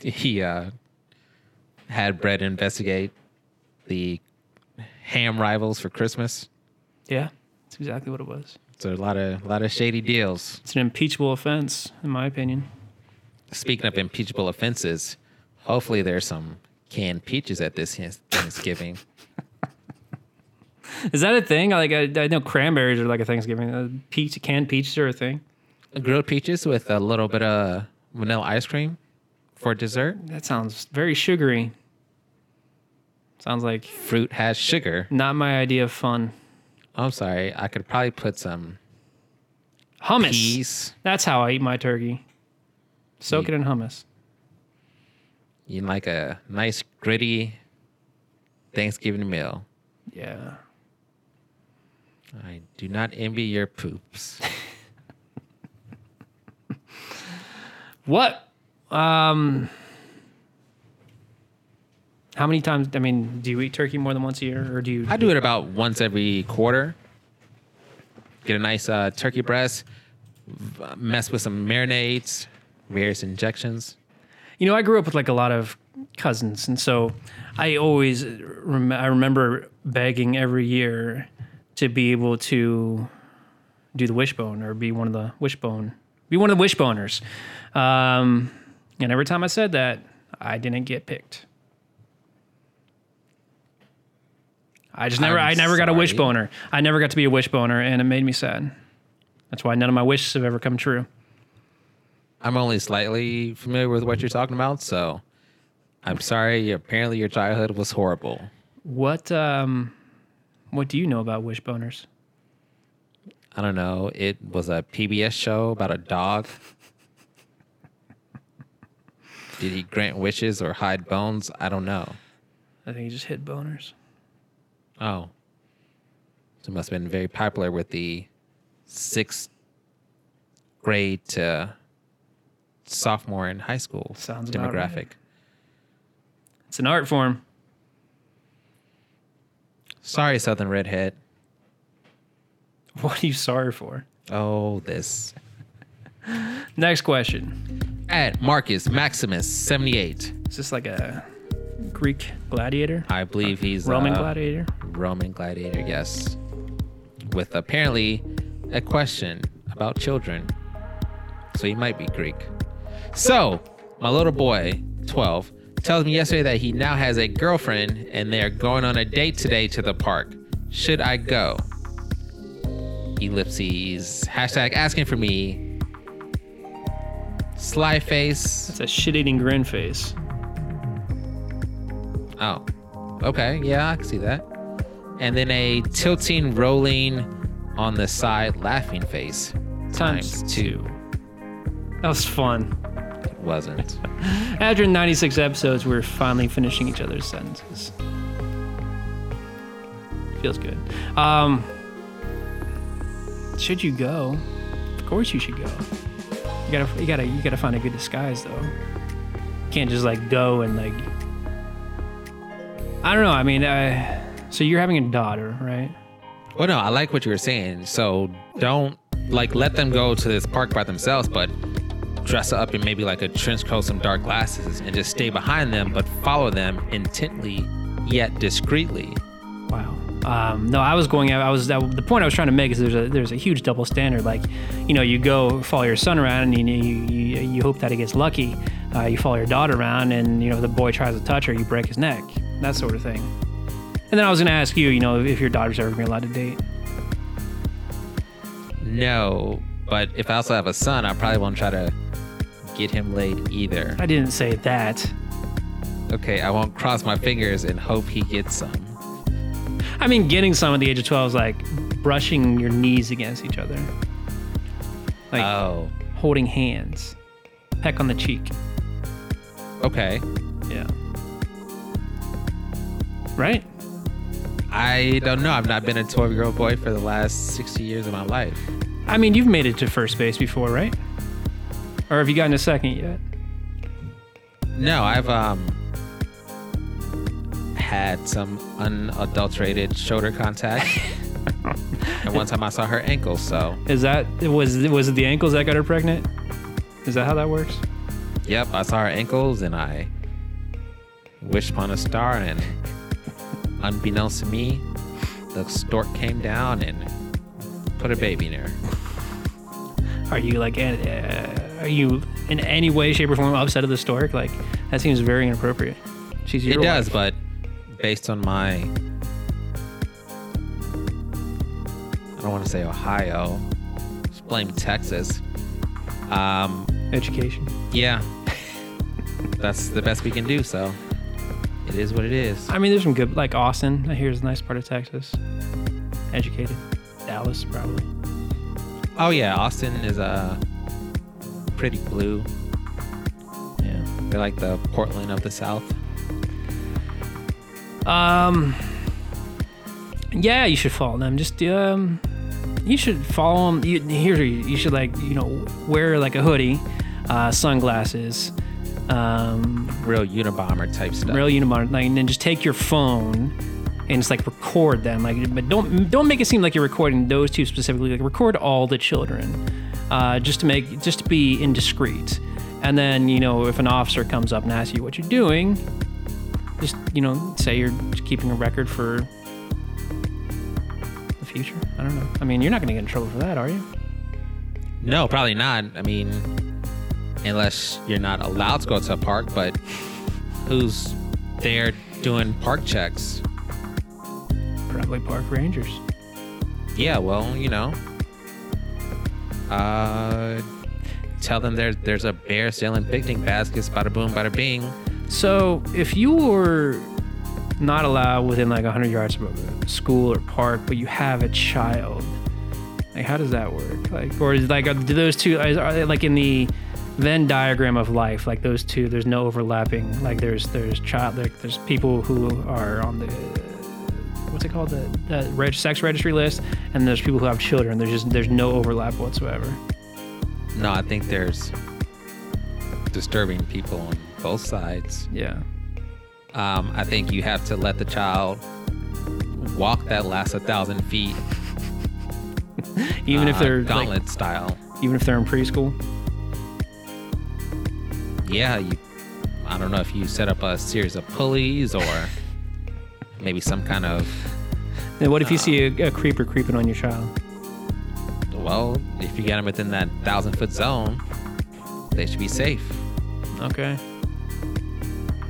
[SPEAKER 3] He uh, had bread investigate the ham rivals for Christmas.
[SPEAKER 4] Yeah, that's exactly what it was.
[SPEAKER 3] So a lot of a lot of shady deals.
[SPEAKER 4] It's an impeachable offense, in my opinion.
[SPEAKER 3] Speaking of impeachable offenses, hopefully there's some canned peaches at this Hans- Thanksgiving.
[SPEAKER 4] Is that a thing? Like, I, I know cranberries are like a Thanksgiving. Uh, peach, canned peaches are a thing.
[SPEAKER 3] Grilled peaches with a little bit of vanilla ice cream for dessert.
[SPEAKER 4] That sounds very sugary. Sounds like
[SPEAKER 3] Fruit has sugar.
[SPEAKER 4] not my idea of fun.
[SPEAKER 3] I'm sorry, I could probably put some
[SPEAKER 4] Hummus.
[SPEAKER 3] peas.
[SPEAKER 4] That's how I eat my turkey. Soak it in hummus.
[SPEAKER 3] You like a nice gritty Thanksgiving meal.
[SPEAKER 4] Yeah.
[SPEAKER 3] I do not envy your poops.
[SPEAKER 4] What? Um, How many times? I mean, do you eat turkey more than once a year, or do you?
[SPEAKER 3] I do it about once every quarter. Get a nice uh, turkey breast, v- mess with some marinades, various injections.
[SPEAKER 4] You know, I grew up with like a lot of cousins, and so I always rem- I remember begging every year to be able to do the wishbone or be one of the wishbone, be one of the wishboners. Um, and every time I said that, I didn't get picked. I just never,
[SPEAKER 3] I'm
[SPEAKER 4] i never got a
[SPEAKER 3] sorry.
[SPEAKER 4] wishboner. I never got to be a wishboner, and it made me sad. That's why none of my wishes have ever come true.
[SPEAKER 3] I'm only slightly familiar with what you're talking about, so I'm sorry. Apparently, your childhood was horrible.
[SPEAKER 4] What um, what do you know about wishboners?
[SPEAKER 3] I don't know. It was a PBS show about a dog. Did he grant wishes or hide bones? I don't know.
[SPEAKER 4] I think he just hit boners.
[SPEAKER 3] Oh. So it must have been very popular with the sixth grade to sophomore in high school
[SPEAKER 4] Sounds about right.
[SPEAKER 3] demographic.
[SPEAKER 4] It's an art form. [LAUGHS]
[SPEAKER 3] Sorry, Southern Redhead.
[SPEAKER 4] What are you sorry for?
[SPEAKER 3] Oh, this.
[SPEAKER 4] Next question.
[SPEAKER 3] At Marcus Maximus 78.
[SPEAKER 4] Is this like a Greek gladiator?
[SPEAKER 3] I believe he's
[SPEAKER 4] Roman
[SPEAKER 3] uh,
[SPEAKER 4] gladiator?
[SPEAKER 3] Roman gladiator, yes. With apparently a question about children. So he might be Greek. So, my little boy, 12, tells me yesterday that he now has a girlfriend and they're going on a date today to the park. Should I go? Ellipses. Hashtag asking for me. Sly face.
[SPEAKER 4] It's a shit eating grin face.
[SPEAKER 3] Oh, okay. Yeah, I can see that. And then a tilting, rolling on the side, laughing face.
[SPEAKER 4] Times
[SPEAKER 3] two.
[SPEAKER 4] That was fun.
[SPEAKER 3] It wasn't.
[SPEAKER 4] After 96 episodes, we're finally finishing each other's sentences. Feels good. Um, should you go? Of course you should go. You gotta, you gotta, you gotta find a good disguise though. You can't just like go and like. I don't know. I mean, I, so you're having a daughter, right?
[SPEAKER 3] well, Oh, no, I like what you were saying. So don't like let them go to this park by themselves, but dress up in maybe like a trench coat, some dark glasses, and just stay behind them, but follow them intently yet discreetly.
[SPEAKER 4] Wow. Um, no, I was going. I was that, the point I was trying to make is there's a there's a huge double standard. Like, you know, you go follow your son around and you you, you, you hope that he gets lucky. Uh, you follow your daughter around and you know the boy tries to touch her, you break his neck, that sort of thing. And then I was gonna ask you, you know, if your daughter's ever gonna be allowed to date.
[SPEAKER 3] No, but if I also have a son, I probably won't try to get him laid either.
[SPEAKER 4] I didn't say that.
[SPEAKER 3] Okay, I won't cross my fingers and hope he gets some.
[SPEAKER 4] I mean, getting some at the age of twelve is like brushing your knees against each other, like
[SPEAKER 3] Oh,
[SPEAKER 4] holding hands, peck on the cheek.
[SPEAKER 3] okay.
[SPEAKER 4] Yeah. Right?
[SPEAKER 3] I don't know. I've not been a 12 year old boy for the last 60 years of my life.
[SPEAKER 4] I mean, you've made it to first base before, right? Or have you gotten a second yet?
[SPEAKER 3] No, I've um had some unadulterated shoulder contact. and one time I saw her ankle, so
[SPEAKER 4] Is that was was it the ankles that got her pregnant? Is that how that works?
[SPEAKER 3] yep, I saw her ankles and I wished upon a star and unbeknownst to me, the stork came down and put a baby in her.
[SPEAKER 4] Are you like an- uh, are you in any way, shape, or form upset at the stork? Like that seems very inappropriate. She's your
[SPEAKER 3] It does,
[SPEAKER 4] wife.
[SPEAKER 3] but based on my I don't want to say Ohio. Just blame Texas. Um
[SPEAKER 4] education.
[SPEAKER 3] yeah. [LAUGHS] That's the best we can do, so it is what it is.
[SPEAKER 4] I mean, there's some good like Austin. I hear is a nice part of Texas. Educated, Dallas probably.
[SPEAKER 3] Oh yeah, Austin is uh pretty blue.
[SPEAKER 4] Yeah.
[SPEAKER 3] They're like the Portland of the South.
[SPEAKER 4] Um. Yeah, you should follow them. Just um, you should follow them. You, here's what you, you should like you know wear like a hoodie, uh, sunglasses, um,
[SPEAKER 3] Real Unabomber type stuff.
[SPEAKER 4] real unimonitor, like, and then just take your phone and just like record them, like, but don't don't make it seem like you're recording those two specifically. Like, record all the children, uh, just to make just to be indiscreet. And then you know, if an officer comes up and asks you what you're doing, just you know, say you're just keeping a record for the future. I don't know. I mean, you're not going to get in trouble for that, are you?
[SPEAKER 3] No, probably not. I mean, unless you're not allowed to go to a park, but who's there doing park checks?
[SPEAKER 4] Probably park rangers.
[SPEAKER 3] Yeah, well, you know. Uh, tell them there's there's a bear selling picnic baskets. Bada boom, bada bing.
[SPEAKER 4] So, if you were not allowed within like 100 yards of a school or park, but you have a child, like how does that work? Like, or is like, are, do those two are, are they like in the Venn diagram of life? Like those two, there's no overlapping. Like there's there's child, like there's people who are on the what's it called the, the reg, sex registry list, and there's people who have children. There's just there's no overlap whatsoever.
[SPEAKER 3] No, I think there's disturbing people on both sides.
[SPEAKER 4] Yeah.
[SPEAKER 3] Um, I think you have to let the child walk that last a thousand feet,
[SPEAKER 4] Even
[SPEAKER 3] uh,
[SPEAKER 4] if they're like,
[SPEAKER 3] gauntlet style.
[SPEAKER 4] even if they're in preschool.
[SPEAKER 3] yeah, you, I don't know if you set up a series of pulleys or maybe some kind of,
[SPEAKER 4] And what if you see a, a creeper creeping on your child?
[SPEAKER 3] well, if you get them within that thousand foot zone, they should be safe.
[SPEAKER 4] Okay.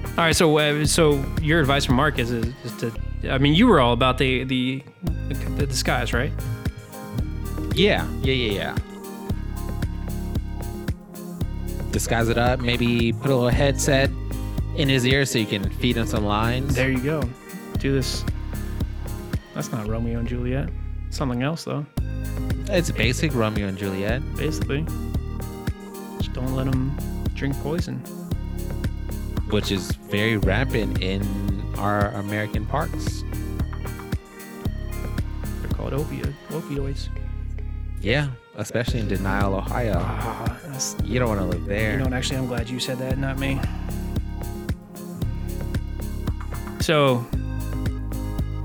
[SPEAKER 4] All right. So, uh, so your advice from Mark is, is, is to, I mean, you were all about the the the disguise, right?
[SPEAKER 3] Yeah, yeah, yeah, yeah. Disguise it up, maybe put a little headset in his ear so you can feed him some lines.
[SPEAKER 4] you go. Do this. That's not Romeo and Juliet. Something else, though.
[SPEAKER 3] It's basic Romeo and Juliet.
[SPEAKER 4] Basically, just don't let them drink poison.
[SPEAKER 3] which is very rampant in our American parks.
[SPEAKER 4] They're called opioid opioids.
[SPEAKER 3] Yeah, especially in Denial, Ohio.
[SPEAKER 4] Ah, that's.
[SPEAKER 3] You don't want to live there.
[SPEAKER 4] You know what? Actually, I'm glad you said that, not me. So,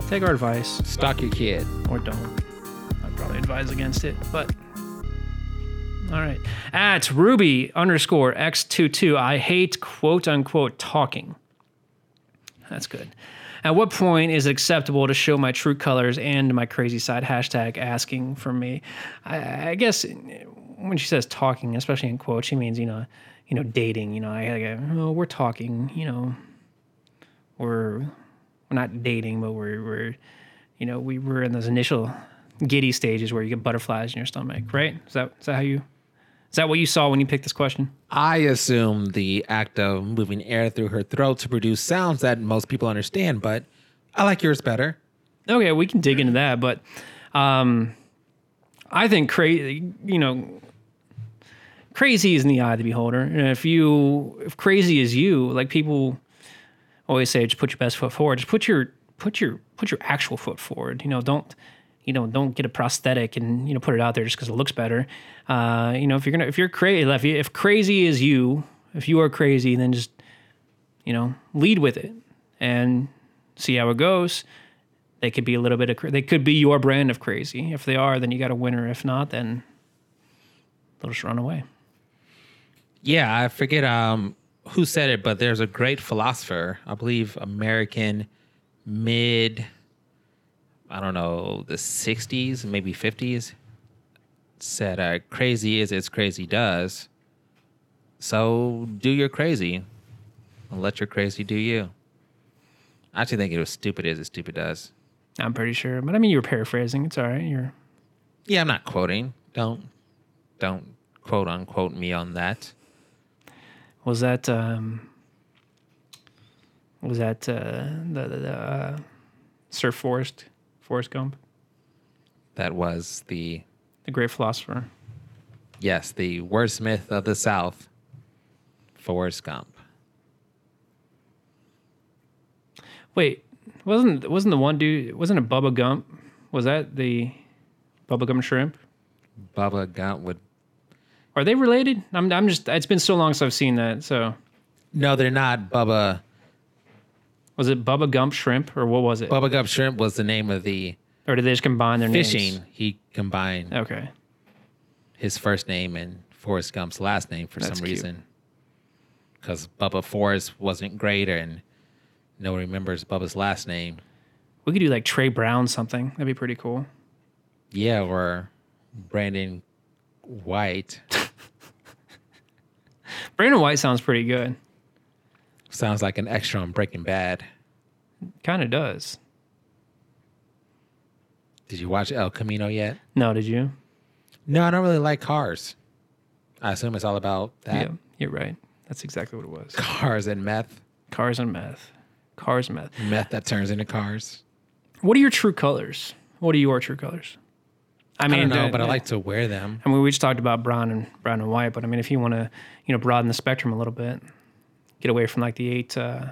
[SPEAKER 4] take our advice.
[SPEAKER 3] Stalk your kid.
[SPEAKER 4] or don't. I'd probably advise against it, but. All right. At Ruby underscore X22, I hate quote unquote talking. That's good. At what point is it acceptable to show my true colors and my crazy side? Hashtag asking for me. I, I guess when she says talking, especially in quotes, she means, you know, you know, dating, you know, I, I, oh, we're talking, you know, we're, we're not dating, but we're, we're, you know, we were in those initial giddy stages where you get butterflies in your stomach, right? Is that is that how you is that what you saw when you picked this question?
[SPEAKER 3] I assume the act of moving air through her throat to produce sounds that most people understand, but I like yours better.
[SPEAKER 4] Okay, we can dig into that, but um, I think crazy, you know, crazy is in the eye of the beholder. And if you, if crazy is you, like people always say, just put your best foot forward. Just put your, put your, put your actual foot forward. You know, don't, you know, don't get a prosthetic and you know put it out there just because it looks better. Uh, you know, if you're gonna, if you're crazy, if, you, if crazy is you, if you are crazy, then just, you know, lead with it and see how it goes they could be a little bit of cra- they could be your brand of crazy if they are then you got a winner if not then they'll just run away
[SPEAKER 3] Yeah, I forget um, who said it, but there's a great philosopher, I believe American mid, I don't know, the 60s, maybe 50s, said, uh, crazy is as crazy does. So do your crazy and let your crazy do you. I actually think it was stupid is as stupid does.
[SPEAKER 4] i'm pretty sure but i mean you were paraphrasing it's all right you're
[SPEAKER 3] Yeah, I'm not quoting. Don't, don't quote unquote me on that.
[SPEAKER 4] was that um was that uh the, the, the uh sir forrest forrest gump
[SPEAKER 3] That was the
[SPEAKER 4] the great philosopher
[SPEAKER 3] Yes, the wordsmith of the South, Forrest Gump.
[SPEAKER 4] wait wasn't wasn't the one dude wasn't it bubba gump was that the bubba gum shrimp
[SPEAKER 3] Bubba Gump would.
[SPEAKER 4] are they related i'm, I'm just it's been so long since i've seen that so
[SPEAKER 3] No, they're not. Bubba
[SPEAKER 4] Was it Bubba Gump Shrimp or what was it?
[SPEAKER 3] Bubba Gump Shrimp was the name of the
[SPEAKER 4] or did they just combine their
[SPEAKER 3] fishing.
[SPEAKER 4] names?
[SPEAKER 3] He combined
[SPEAKER 4] Okay.
[SPEAKER 3] his first name and Forrest Gump's last name for
[SPEAKER 4] That's
[SPEAKER 3] some
[SPEAKER 4] cute.
[SPEAKER 3] reason. Because Bubba Forrest wasn't great and no one remembers Bubba's last name.
[SPEAKER 4] We could do like Trey Brown something. That'd be pretty cool.
[SPEAKER 3] Yeah, or Brandon White.
[SPEAKER 4] Brandon White sounds pretty good.
[SPEAKER 3] Sounds like an extra on Breaking Bad.
[SPEAKER 4] Kind of does.
[SPEAKER 3] Did you watch El Camino yet?
[SPEAKER 4] No, did you?
[SPEAKER 3] No, I don't really like cars. I assume it's all about that.
[SPEAKER 4] yeah, you're right. That's exactly what it was.
[SPEAKER 3] Cars and meth.
[SPEAKER 4] Cars and meth. Cars and meth.
[SPEAKER 3] Meth that turns into cars.
[SPEAKER 4] What are your true colors? What are your true colors? I
[SPEAKER 3] I
[SPEAKER 4] mean,
[SPEAKER 3] don't know,
[SPEAKER 4] uh,
[SPEAKER 3] but I like to wear them.
[SPEAKER 4] I mean, we just talked about brown and brown and white, but I mean, if you want to, you know, broaden the spectrum a little bit, get away from like the eight. Uh,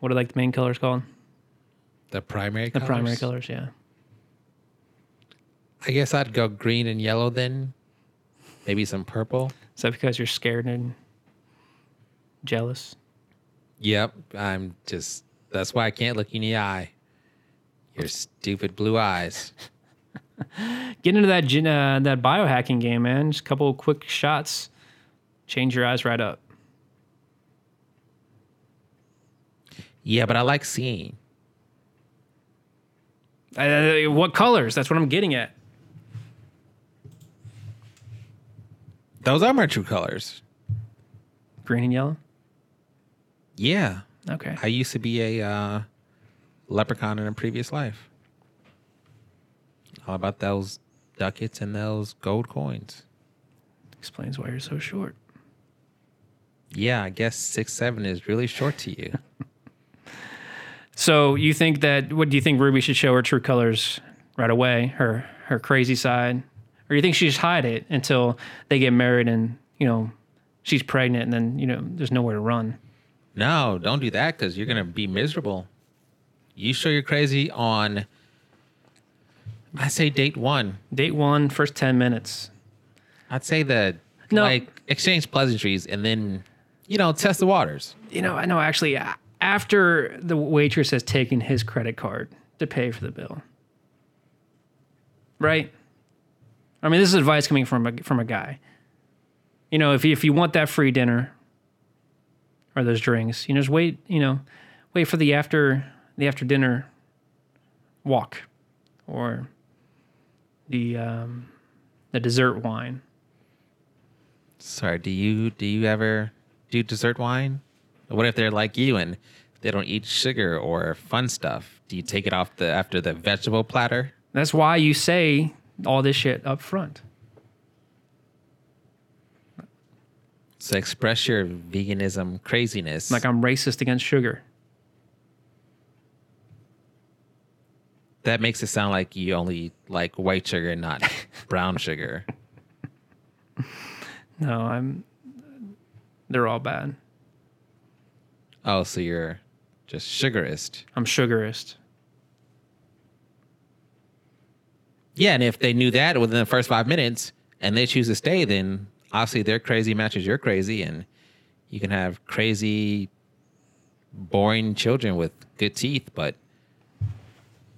[SPEAKER 4] what are like the main colors called?
[SPEAKER 3] The primary
[SPEAKER 4] The
[SPEAKER 3] colors.
[SPEAKER 4] primary colors, yeah.
[SPEAKER 3] I guess I'd go green and yellow then. Maybe some purple.
[SPEAKER 4] Is that because you're scared and jealous?
[SPEAKER 3] Yep. I'm just, that's why I can't look you in the eye. Your stupid blue eyes.
[SPEAKER 4] Get into that gen- uh, that biohacking game, man. Just a couple of quick shots, change your eyes right up.
[SPEAKER 3] Yeah, but I like seeing.
[SPEAKER 4] Uh, what colors? That's what I'm getting at.
[SPEAKER 3] Those are my true colors.
[SPEAKER 4] Green and yellow.
[SPEAKER 3] Yeah.
[SPEAKER 4] Okay.
[SPEAKER 3] I used to be a uh, leprechaun in a previous life. All about those ducats and those gold coins.
[SPEAKER 4] Explains why you're so short.
[SPEAKER 3] Yeah, I guess six seven is really short to you.
[SPEAKER 4] So you think that what do you think Ruby should show her true colors right away, her her crazy side, or you think she should hide it until they get married and you know she's pregnant and then you know there's nowhere to run.
[SPEAKER 3] no, don't do that because you're gonna be miserable. You show you're crazy on. I say date one.
[SPEAKER 4] Date one, first ten minutes.
[SPEAKER 3] I'd say the
[SPEAKER 4] No.
[SPEAKER 3] like exchange pleasantries and then you know test the waters.
[SPEAKER 4] You know, I know actually a- after the waitress has taken his credit card to pay for the bill, right? I mean, this is advice coming from a from a guy. You know, if you, if you want that free dinner or those drinks, you know, just wait. You know, wait for the after the after dinner walk or the um, the dessert wine.
[SPEAKER 3] Sorry, do you do you ever do dessert wine? What if they're like you and they don't eat sugar or fun stuff? Do you take it off the after the vegetable platter?
[SPEAKER 4] That's why you say all this shit up front.
[SPEAKER 3] So express your veganism craziness.
[SPEAKER 4] Like I'm racist against sugar.
[SPEAKER 3] that makes it sound like you only like white sugar and
[SPEAKER 4] [LAUGHS]
[SPEAKER 3] not brown sugar.
[SPEAKER 4] No, I'm. They're all bad.
[SPEAKER 3] Oh, so you're just sugarist.
[SPEAKER 4] I'm sugarist.
[SPEAKER 3] Yeah, and if they knew that within the first five minutes and they choose to stay, then obviously their crazy matches your crazy, and you can have crazy, boring children with good teeth, but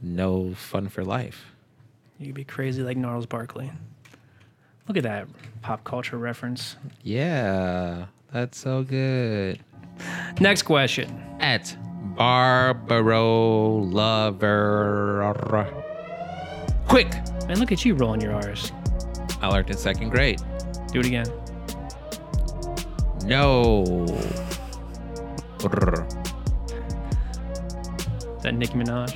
[SPEAKER 3] no fun for life.
[SPEAKER 4] You could be crazy like Gnarls Barkley. Look at that pop culture reference.
[SPEAKER 3] Yeah, that's so good.
[SPEAKER 4] Next question.
[SPEAKER 3] At Barbaro Lover. Quick!
[SPEAKER 4] Man, look at you rolling your R's.
[SPEAKER 3] I learned in second grade.
[SPEAKER 4] Do it again.
[SPEAKER 3] No. Brr.
[SPEAKER 4] Is that Nicki Minaj?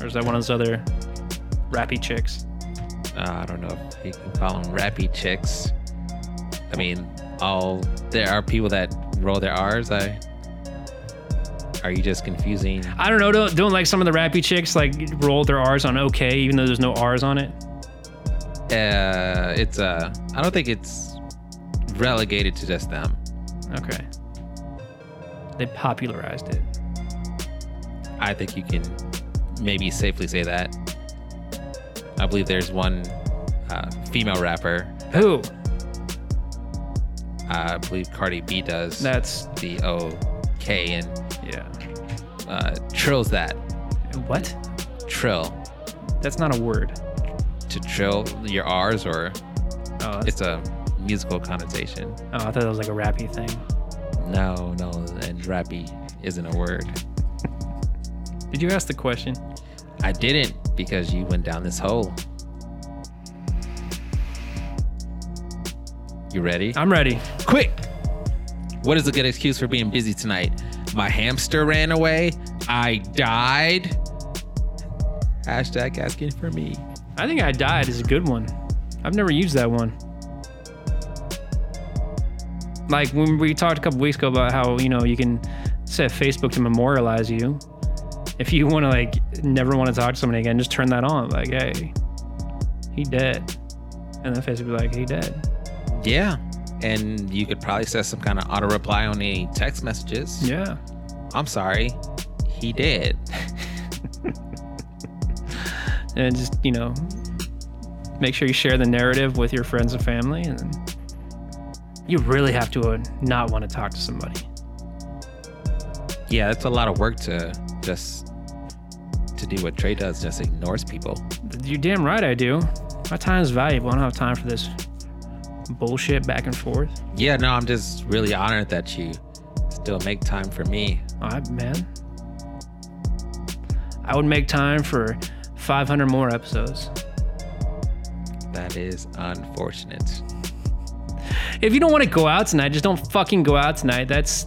[SPEAKER 4] Or is that one of those other rappy chicks?
[SPEAKER 3] uh, I don't know if you can call them rappy chicks. I mean, all there are people that roll their R's. I are you just confusing?
[SPEAKER 4] I don't know. Don't, don't like some of the rappy chicks like roll their R's on OK, even though there's no R's on it.
[SPEAKER 3] Uh, it's uh, I don't think it's relegated to just them.
[SPEAKER 4] Okay. They popularized it.
[SPEAKER 3] I think you can maybe safely say that. I believe there's one uh, female rapper.
[SPEAKER 4] Who?
[SPEAKER 3] I believe Cardi B does
[SPEAKER 4] That's
[SPEAKER 3] the OK and
[SPEAKER 4] yeah.
[SPEAKER 3] uh, trills that
[SPEAKER 4] What?
[SPEAKER 3] trill
[SPEAKER 4] That's not a word.
[SPEAKER 3] to trill your R's or
[SPEAKER 4] Oh,
[SPEAKER 3] it's a musical connotation.
[SPEAKER 4] oh, I thought that was like a rappy thing.
[SPEAKER 3] No, no, and rappy isn't a word.
[SPEAKER 4] Did you ask the question?
[SPEAKER 3] I didn't because you went down this hole. You ready?
[SPEAKER 4] I'm ready.
[SPEAKER 3] quick. What is a good excuse for being busy tonight? My hamster ran away. I died. Hashtag asking for me.
[SPEAKER 4] I think I died is a good one. I've never used that one. Like when we talked a couple weeks ago about how you know you can set Facebook to memorialize you. If you want to like never want to talk to somebody again, just turn that on. Like, hey, he dead, and then Facebook be like, he dead.
[SPEAKER 3] Yeah. And you could probably set some kind of auto reply on any text messages.
[SPEAKER 4] Yeah.
[SPEAKER 3] I'm sorry. He did. [LAUGHS]
[SPEAKER 4] and just you know make sure you share the narrative with your friends and family and then you really have to uh, not want to talk to somebody
[SPEAKER 3] Yeah, that's a lot of work to just to do what Trey does, just ignores people.
[SPEAKER 4] you're damn right i do my time is valuable i don't have time for this bullshit back and forth
[SPEAKER 3] Yeah, no, I'm just really honored that you still make time for me.
[SPEAKER 4] all right man i would make time for 500 more episodes
[SPEAKER 3] That is unfortunate.
[SPEAKER 4] if you don't want to go out tonight, just don't fucking go out tonight. That's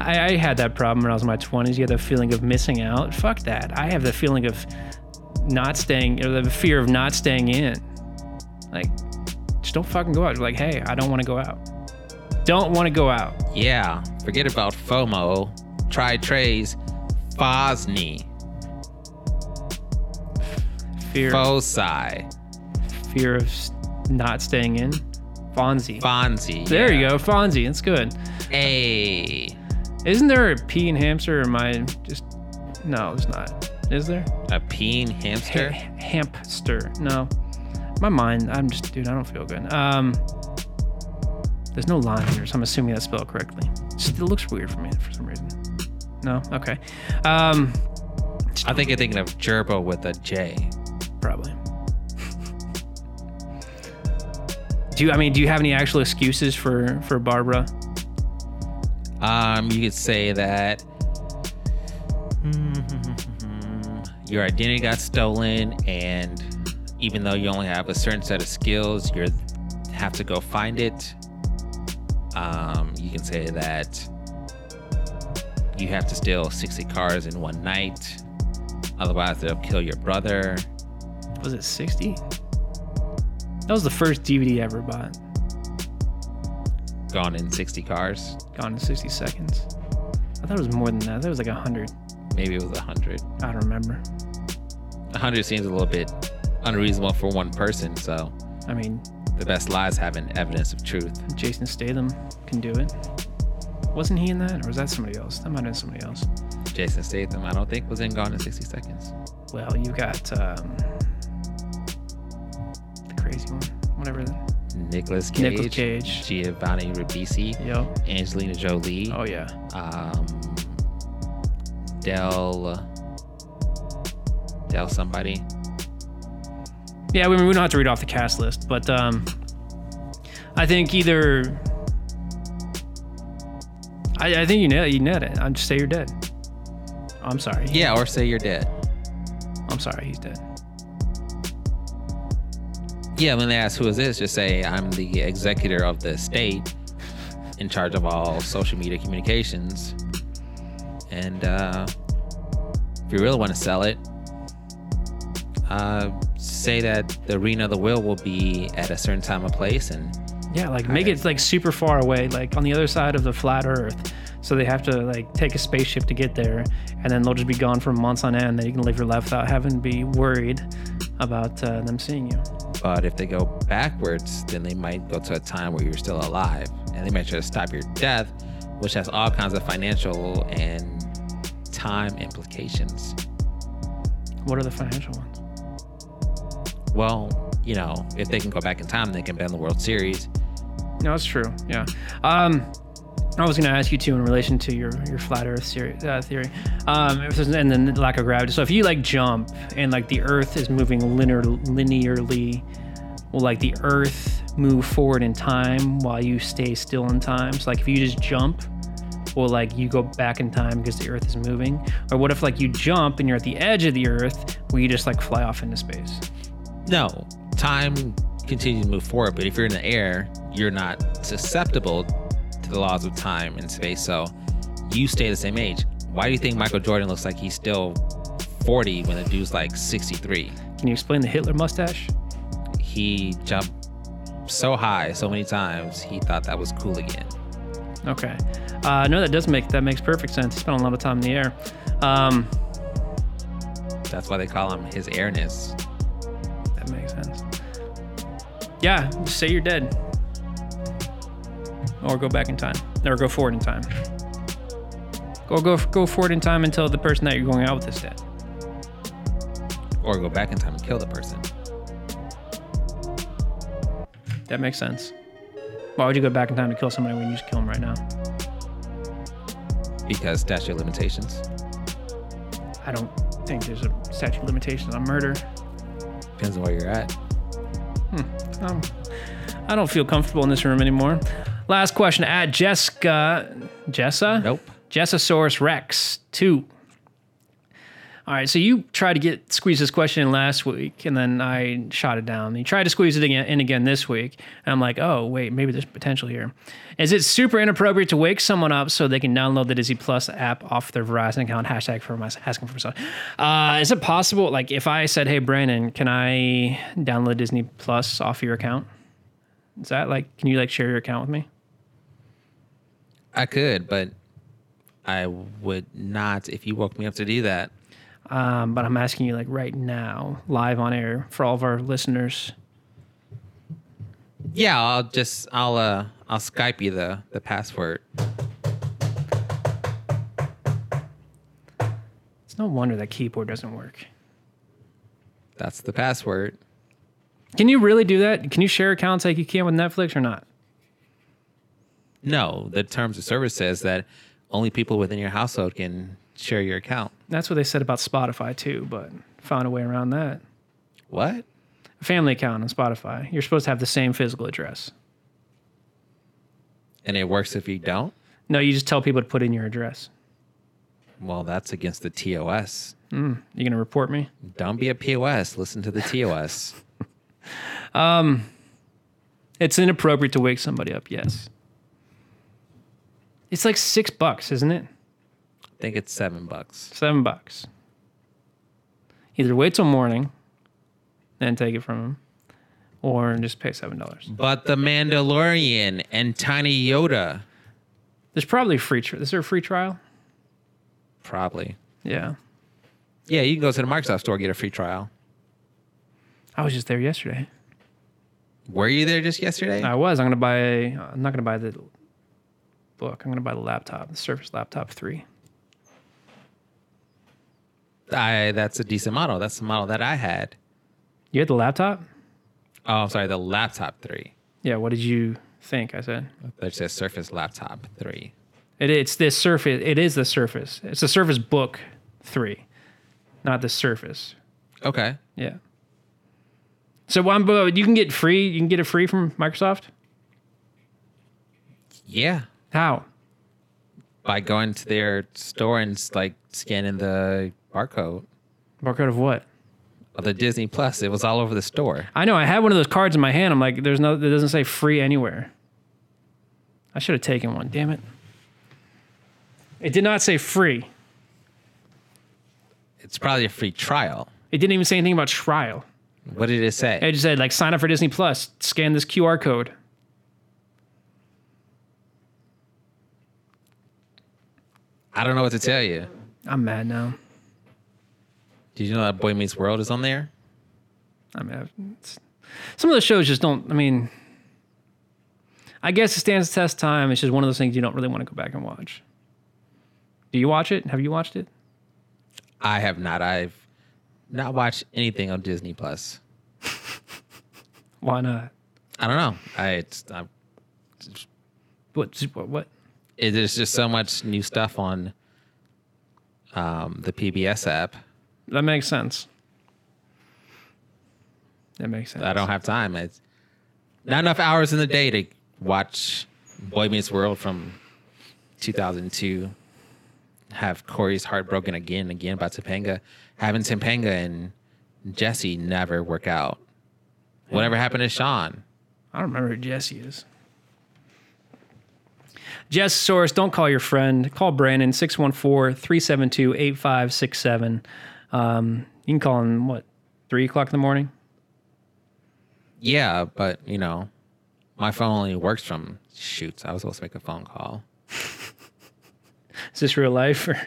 [SPEAKER 4] I, I had that problem when I was in my twenties. You had the feeling of missing out. Fuck that. I have the feeling of not staying or the fear of not staying in. Like, just don't fucking go out. Like, hey, I don't want to go out. Don't want to go out.
[SPEAKER 3] Yeah, forget about FOMO. Try Trey's Fosni,
[SPEAKER 4] Fear
[SPEAKER 3] Fosi,
[SPEAKER 4] fear of s- not staying in. Fonzie.
[SPEAKER 3] Fonzie.
[SPEAKER 4] there you go, Fonzie. That's good.
[SPEAKER 3] Hey,
[SPEAKER 4] Isn't there a P in hamster? Or am I just no? There's not. Is there?
[SPEAKER 3] a peeing hamster.
[SPEAKER 4] Ha- hamster. No, my mind. I'm just, dude. I don't feel good. Um, there's no line here, so I'm assuming that's spelled correctly. It's just- it looks weird for me for some reason. No, okay. Um,
[SPEAKER 3] I think you're thinking of gerbil with a J.
[SPEAKER 4] probably. [LAUGHS] do you, I mean? Do you have any actual excuses for for Barbara?
[SPEAKER 3] Um, you could say that [LAUGHS] your identity got stolen, and even though you only have a certain set of skills, you have to go find it. Um, you can say that you have to steal 60 cars in one night, otherwise, they'll kill your brother.
[SPEAKER 4] Was it sixty? That was the first DVD I ever bought.
[SPEAKER 3] Gone in 60 cars,
[SPEAKER 4] Gone in sixty seconds. I thought it was more than that. I thought it was like hundred.
[SPEAKER 3] maybe it was 100.
[SPEAKER 4] I don't remember.
[SPEAKER 3] 100 seems a little bit unreasonable for one person, so
[SPEAKER 4] I mean,
[SPEAKER 3] the best lies have an evidence of truth.
[SPEAKER 4] Jason Statham can do it. Wasn't he in that, or was that somebody else? That might have been somebody else.
[SPEAKER 3] Jason Statham, I don't think was in Gone in 60 Seconds.
[SPEAKER 4] Well, you got um, the crazy one, whatever. The,
[SPEAKER 3] Nicholas Cage,
[SPEAKER 4] Nicolas Cage.
[SPEAKER 3] Giovanni Ribisi,
[SPEAKER 4] yo,
[SPEAKER 3] Angelina Jolie,
[SPEAKER 4] oh yeah,
[SPEAKER 3] um, Del, Del somebody.
[SPEAKER 4] yeah. We, we don't have to read off the cast list, but um, I think either. I, I think you nailed, you nailed it. I'm just say you're dead. I'm sorry.
[SPEAKER 3] Yeah, or say you're dead.
[SPEAKER 4] I'm sorry. He's dead.
[SPEAKER 3] Yeah, when they ask who is this, just say I'm the executor of the state, in charge of all social media communications. And uh, if you really want to sell it, uh, say that the arena of the will will be at a certain time and place, and
[SPEAKER 4] Yeah, like make it like super far away, like on the other side of the flat Earth. So they have to like take a spaceship to get there, and then they'll just be gone for months on end. Then you can live your life without having to be worried about uh, them seeing you.
[SPEAKER 3] But if they go backwards, then they might go to a time where you're still alive and they might try to stop your death, which has all kinds of financial and time implications.
[SPEAKER 4] What are the financial ones?
[SPEAKER 3] Well, you know, if they can go back in time, they can ban the World Series.
[SPEAKER 4] No, that's true. Yeah. Um, I was going to ask you too in relation to your, your flat Earth seri- uh, theory, um, if there's- and then lack of gravity. So if you like jump and like the Earth is moving linear linearly, will like the Earth move forward in time while you stay still in time? So like if you just jump, will like you go back in time because the Earth is moving? Or what if like you jump and you're at the edge of the Earth, will you just like fly off into space?
[SPEAKER 3] No, time continues to move forward, but if you're in the air, you're not susceptible to the laws of time and space. So you stay the same age. Why do you think Michael Jordan looks like he's still 40 when the dude's like 63?
[SPEAKER 4] Can you explain the Hitler mustache?
[SPEAKER 3] He jumped so high so many times, he thought that was cool again.
[SPEAKER 4] Okay. Uh, no, that does make that makes perfect sense. He spent a lot of time in the air. Um,
[SPEAKER 3] That's why they call him his airness.
[SPEAKER 4] that makes sense. Yeah, just say you're dead, or go back in time, or go forward in time. Go go go forward in time until the person that you're going out with is dead.
[SPEAKER 3] Or go back in time and kill the person.
[SPEAKER 4] That makes sense. Why would you go back in time to kill somebody when you just kill them right now?
[SPEAKER 3] Because statute of limitations.
[SPEAKER 4] I don't think there's a statute of limitations on murder.
[SPEAKER 3] Depends on where you're at.
[SPEAKER 4] Um, I don't feel comfortable in this room anymore. Last question at Jessica, Jessa?
[SPEAKER 3] Nope.
[SPEAKER 4] Jessasaurus Rex two. All right, so you tried to get squeeze this question in last week, and then I shot it down. You tried to squeeze it again, in again this week, and I'm like, oh wait, maybe there's potential here. Is it super inappropriate to wake someone up so they can download the Disney Plus app off their Verizon account? Hashtag for my asking for myself. Uh, is it possible? Like, if I said, hey Brandon, can I download Disney Plus off your account? Is that like, can you like share your account with me?
[SPEAKER 3] I could, but I would not if you woke me up to do that.
[SPEAKER 4] Um, but I'm asking you like right now, live on air for all of our listeners.
[SPEAKER 3] Yeah, I'll just I'll uh I'll Skype you the the password.
[SPEAKER 4] It's no wonder that keyboard doesn't work.
[SPEAKER 3] That's the password.
[SPEAKER 4] Can you really do that? Can you share accounts like you can with Netflix or not?
[SPEAKER 3] No, the terms of service says that only people within your household can share your account.
[SPEAKER 4] That's what they said about Spotify too, but found a way around that.
[SPEAKER 3] What?
[SPEAKER 4] A family account on Spotify. You're supposed to have the same physical address.
[SPEAKER 3] And it works if you don't?
[SPEAKER 4] No, you just tell people to put in your address.
[SPEAKER 3] Well, that's against the TOS.
[SPEAKER 4] You gonna report me?
[SPEAKER 3] Don't be a POS. Listen to the TOS.
[SPEAKER 4] It's inappropriate to wake somebody up, yes. It's like six bucks, isn't it?
[SPEAKER 3] I think it's seven bucks.
[SPEAKER 4] Seven bucks. Either wait till morning, then take it from him, or just pay seven dollars.
[SPEAKER 3] But the Mandalorian and Tiny Yoda,
[SPEAKER 4] There's probably a free. Tri- is there a free trial?
[SPEAKER 3] probably.
[SPEAKER 4] Yeah,
[SPEAKER 3] Yeah, you can go to the Microsoft store get a free trial.
[SPEAKER 4] I was just there yesterday.
[SPEAKER 3] Were you there just yesterday?
[SPEAKER 4] I was. I'm gonna buy. I'm not gonna buy the book. I'm gonna buy the laptop, the Surface Laptop Three.
[SPEAKER 3] I that's a decent model. That's the model that I had.
[SPEAKER 4] You had the laptop?
[SPEAKER 3] Oh, I'm sorry, the laptop three.
[SPEAKER 4] Yeah. What did you think? I said
[SPEAKER 3] That says Surface Laptop three.
[SPEAKER 4] it, it's this Surface. It is the Surface. It's the Surface Book Three, not the Surface.
[SPEAKER 3] Okay.
[SPEAKER 4] Yeah. So one, but you can get free. You can get it free from Microsoft.
[SPEAKER 3] Yeah.
[SPEAKER 4] How?
[SPEAKER 3] By going to their store and like scanning the barcode
[SPEAKER 4] Barcode of what?
[SPEAKER 3] of the Disney Plus, it was all over the store.
[SPEAKER 4] I know. I had one of those cards in my hand. I'm like, there's no. It doesn't say free anywhere. I should have taken one. Damn it. It did not say free.
[SPEAKER 3] It's probably a free trial.
[SPEAKER 4] It didn't even say anything about trial.
[SPEAKER 3] What did it say?
[SPEAKER 4] It just said like sign up for Disney Plus. Scan this QR code.
[SPEAKER 3] I don't know what to tell you.
[SPEAKER 4] I'm mad now.
[SPEAKER 3] Did you know that Boy Meets World is on there?
[SPEAKER 4] I mean, I've- it's, some of those shows just don't. I mean, I guess it stands the test of time. It's just one of those things you don't really want to go back and watch. Do you watch it? Have you watched it?
[SPEAKER 3] I have not. I've not watched anything on Disney Plus.
[SPEAKER 4] Why not?
[SPEAKER 3] I don't know. I it's, I'm
[SPEAKER 4] What? What? What?
[SPEAKER 3] It, there's just so much new stuff on um, the PBS app.
[SPEAKER 4] That makes sense. That makes sense.
[SPEAKER 3] I don't have time. It's not enough hours in the day to watch Boy Meets World from 2002. Have Corey's heart broken again and again by Topanga. Having Topanga and Jesse never work out. Whatever happened to Sean?
[SPEAKER 4] I don't remember who Jesse is. Jess Source, don't call your friend. Call Brandon, 614 372 8567. Um, You can call him, what, 3 o'clock in the morning?
[SPEAKER 3] Yeah, but you know, my phone only works from shoots. I was supposed to make a phone call.
[SPEAKER 4] Is this real life? Or?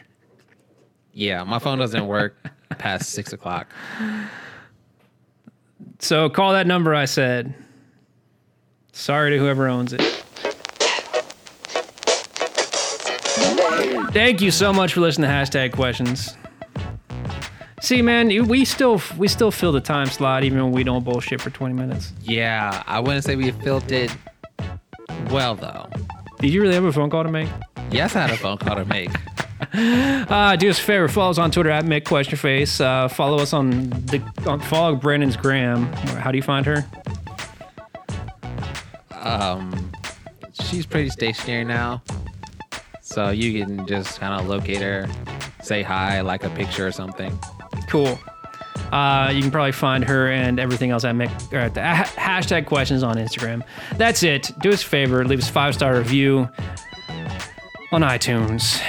[SPEAKER 3] Yeah, my phone doesn't work past six o'clock.
[SPEAKER 4] So call that number I said. Sorry to whoever owns it. Thank you so much for listening to hashtag questions. See, man, you- we still we still fill the time slot even when we don't bullshit for 20 minutes.
[SPEAKER 3] Yeah, I wouldn't say we filled it well though.
[SPEAKER 4] Did you really have a phone call to make?
[SPEAKER 3] Yes, I had a phone call to make.
[SPEAKER 4] Uh, do us a favor, follow us on Twitter at Mick Question Face. Uh, follow us on the on, follow Brandon's gram. How do you find her?
[SPEAKER 3] She's pretty stationary now, so you can just kind of locate her, say hi, like a picture or something.
[SPEAKER 4] Cool. Uh, you can probably find her and everything else I make or at the ha- hashtag questions on Instagram. That's it. Do us a favor, leave us a five star review on iTunes,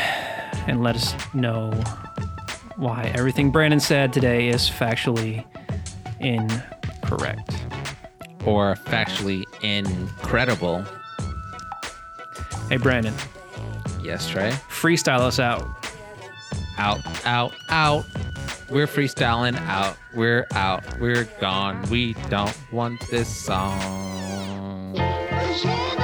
[SPEAKER 4] and let us know why everything Brandon said today is factually incorrect.
[SPEAKER 3] Or factually incredible.
[SPEAKER 4] Hey Brandon,
[SPEAKER 3] Yes, Trey.
[SPEAKER 4] freestyle us out.
[SPEAKER 3] Out, out, out. We're freestyling out. We're out. We're gone. We don't want this song.
[SPEAKER 2] As long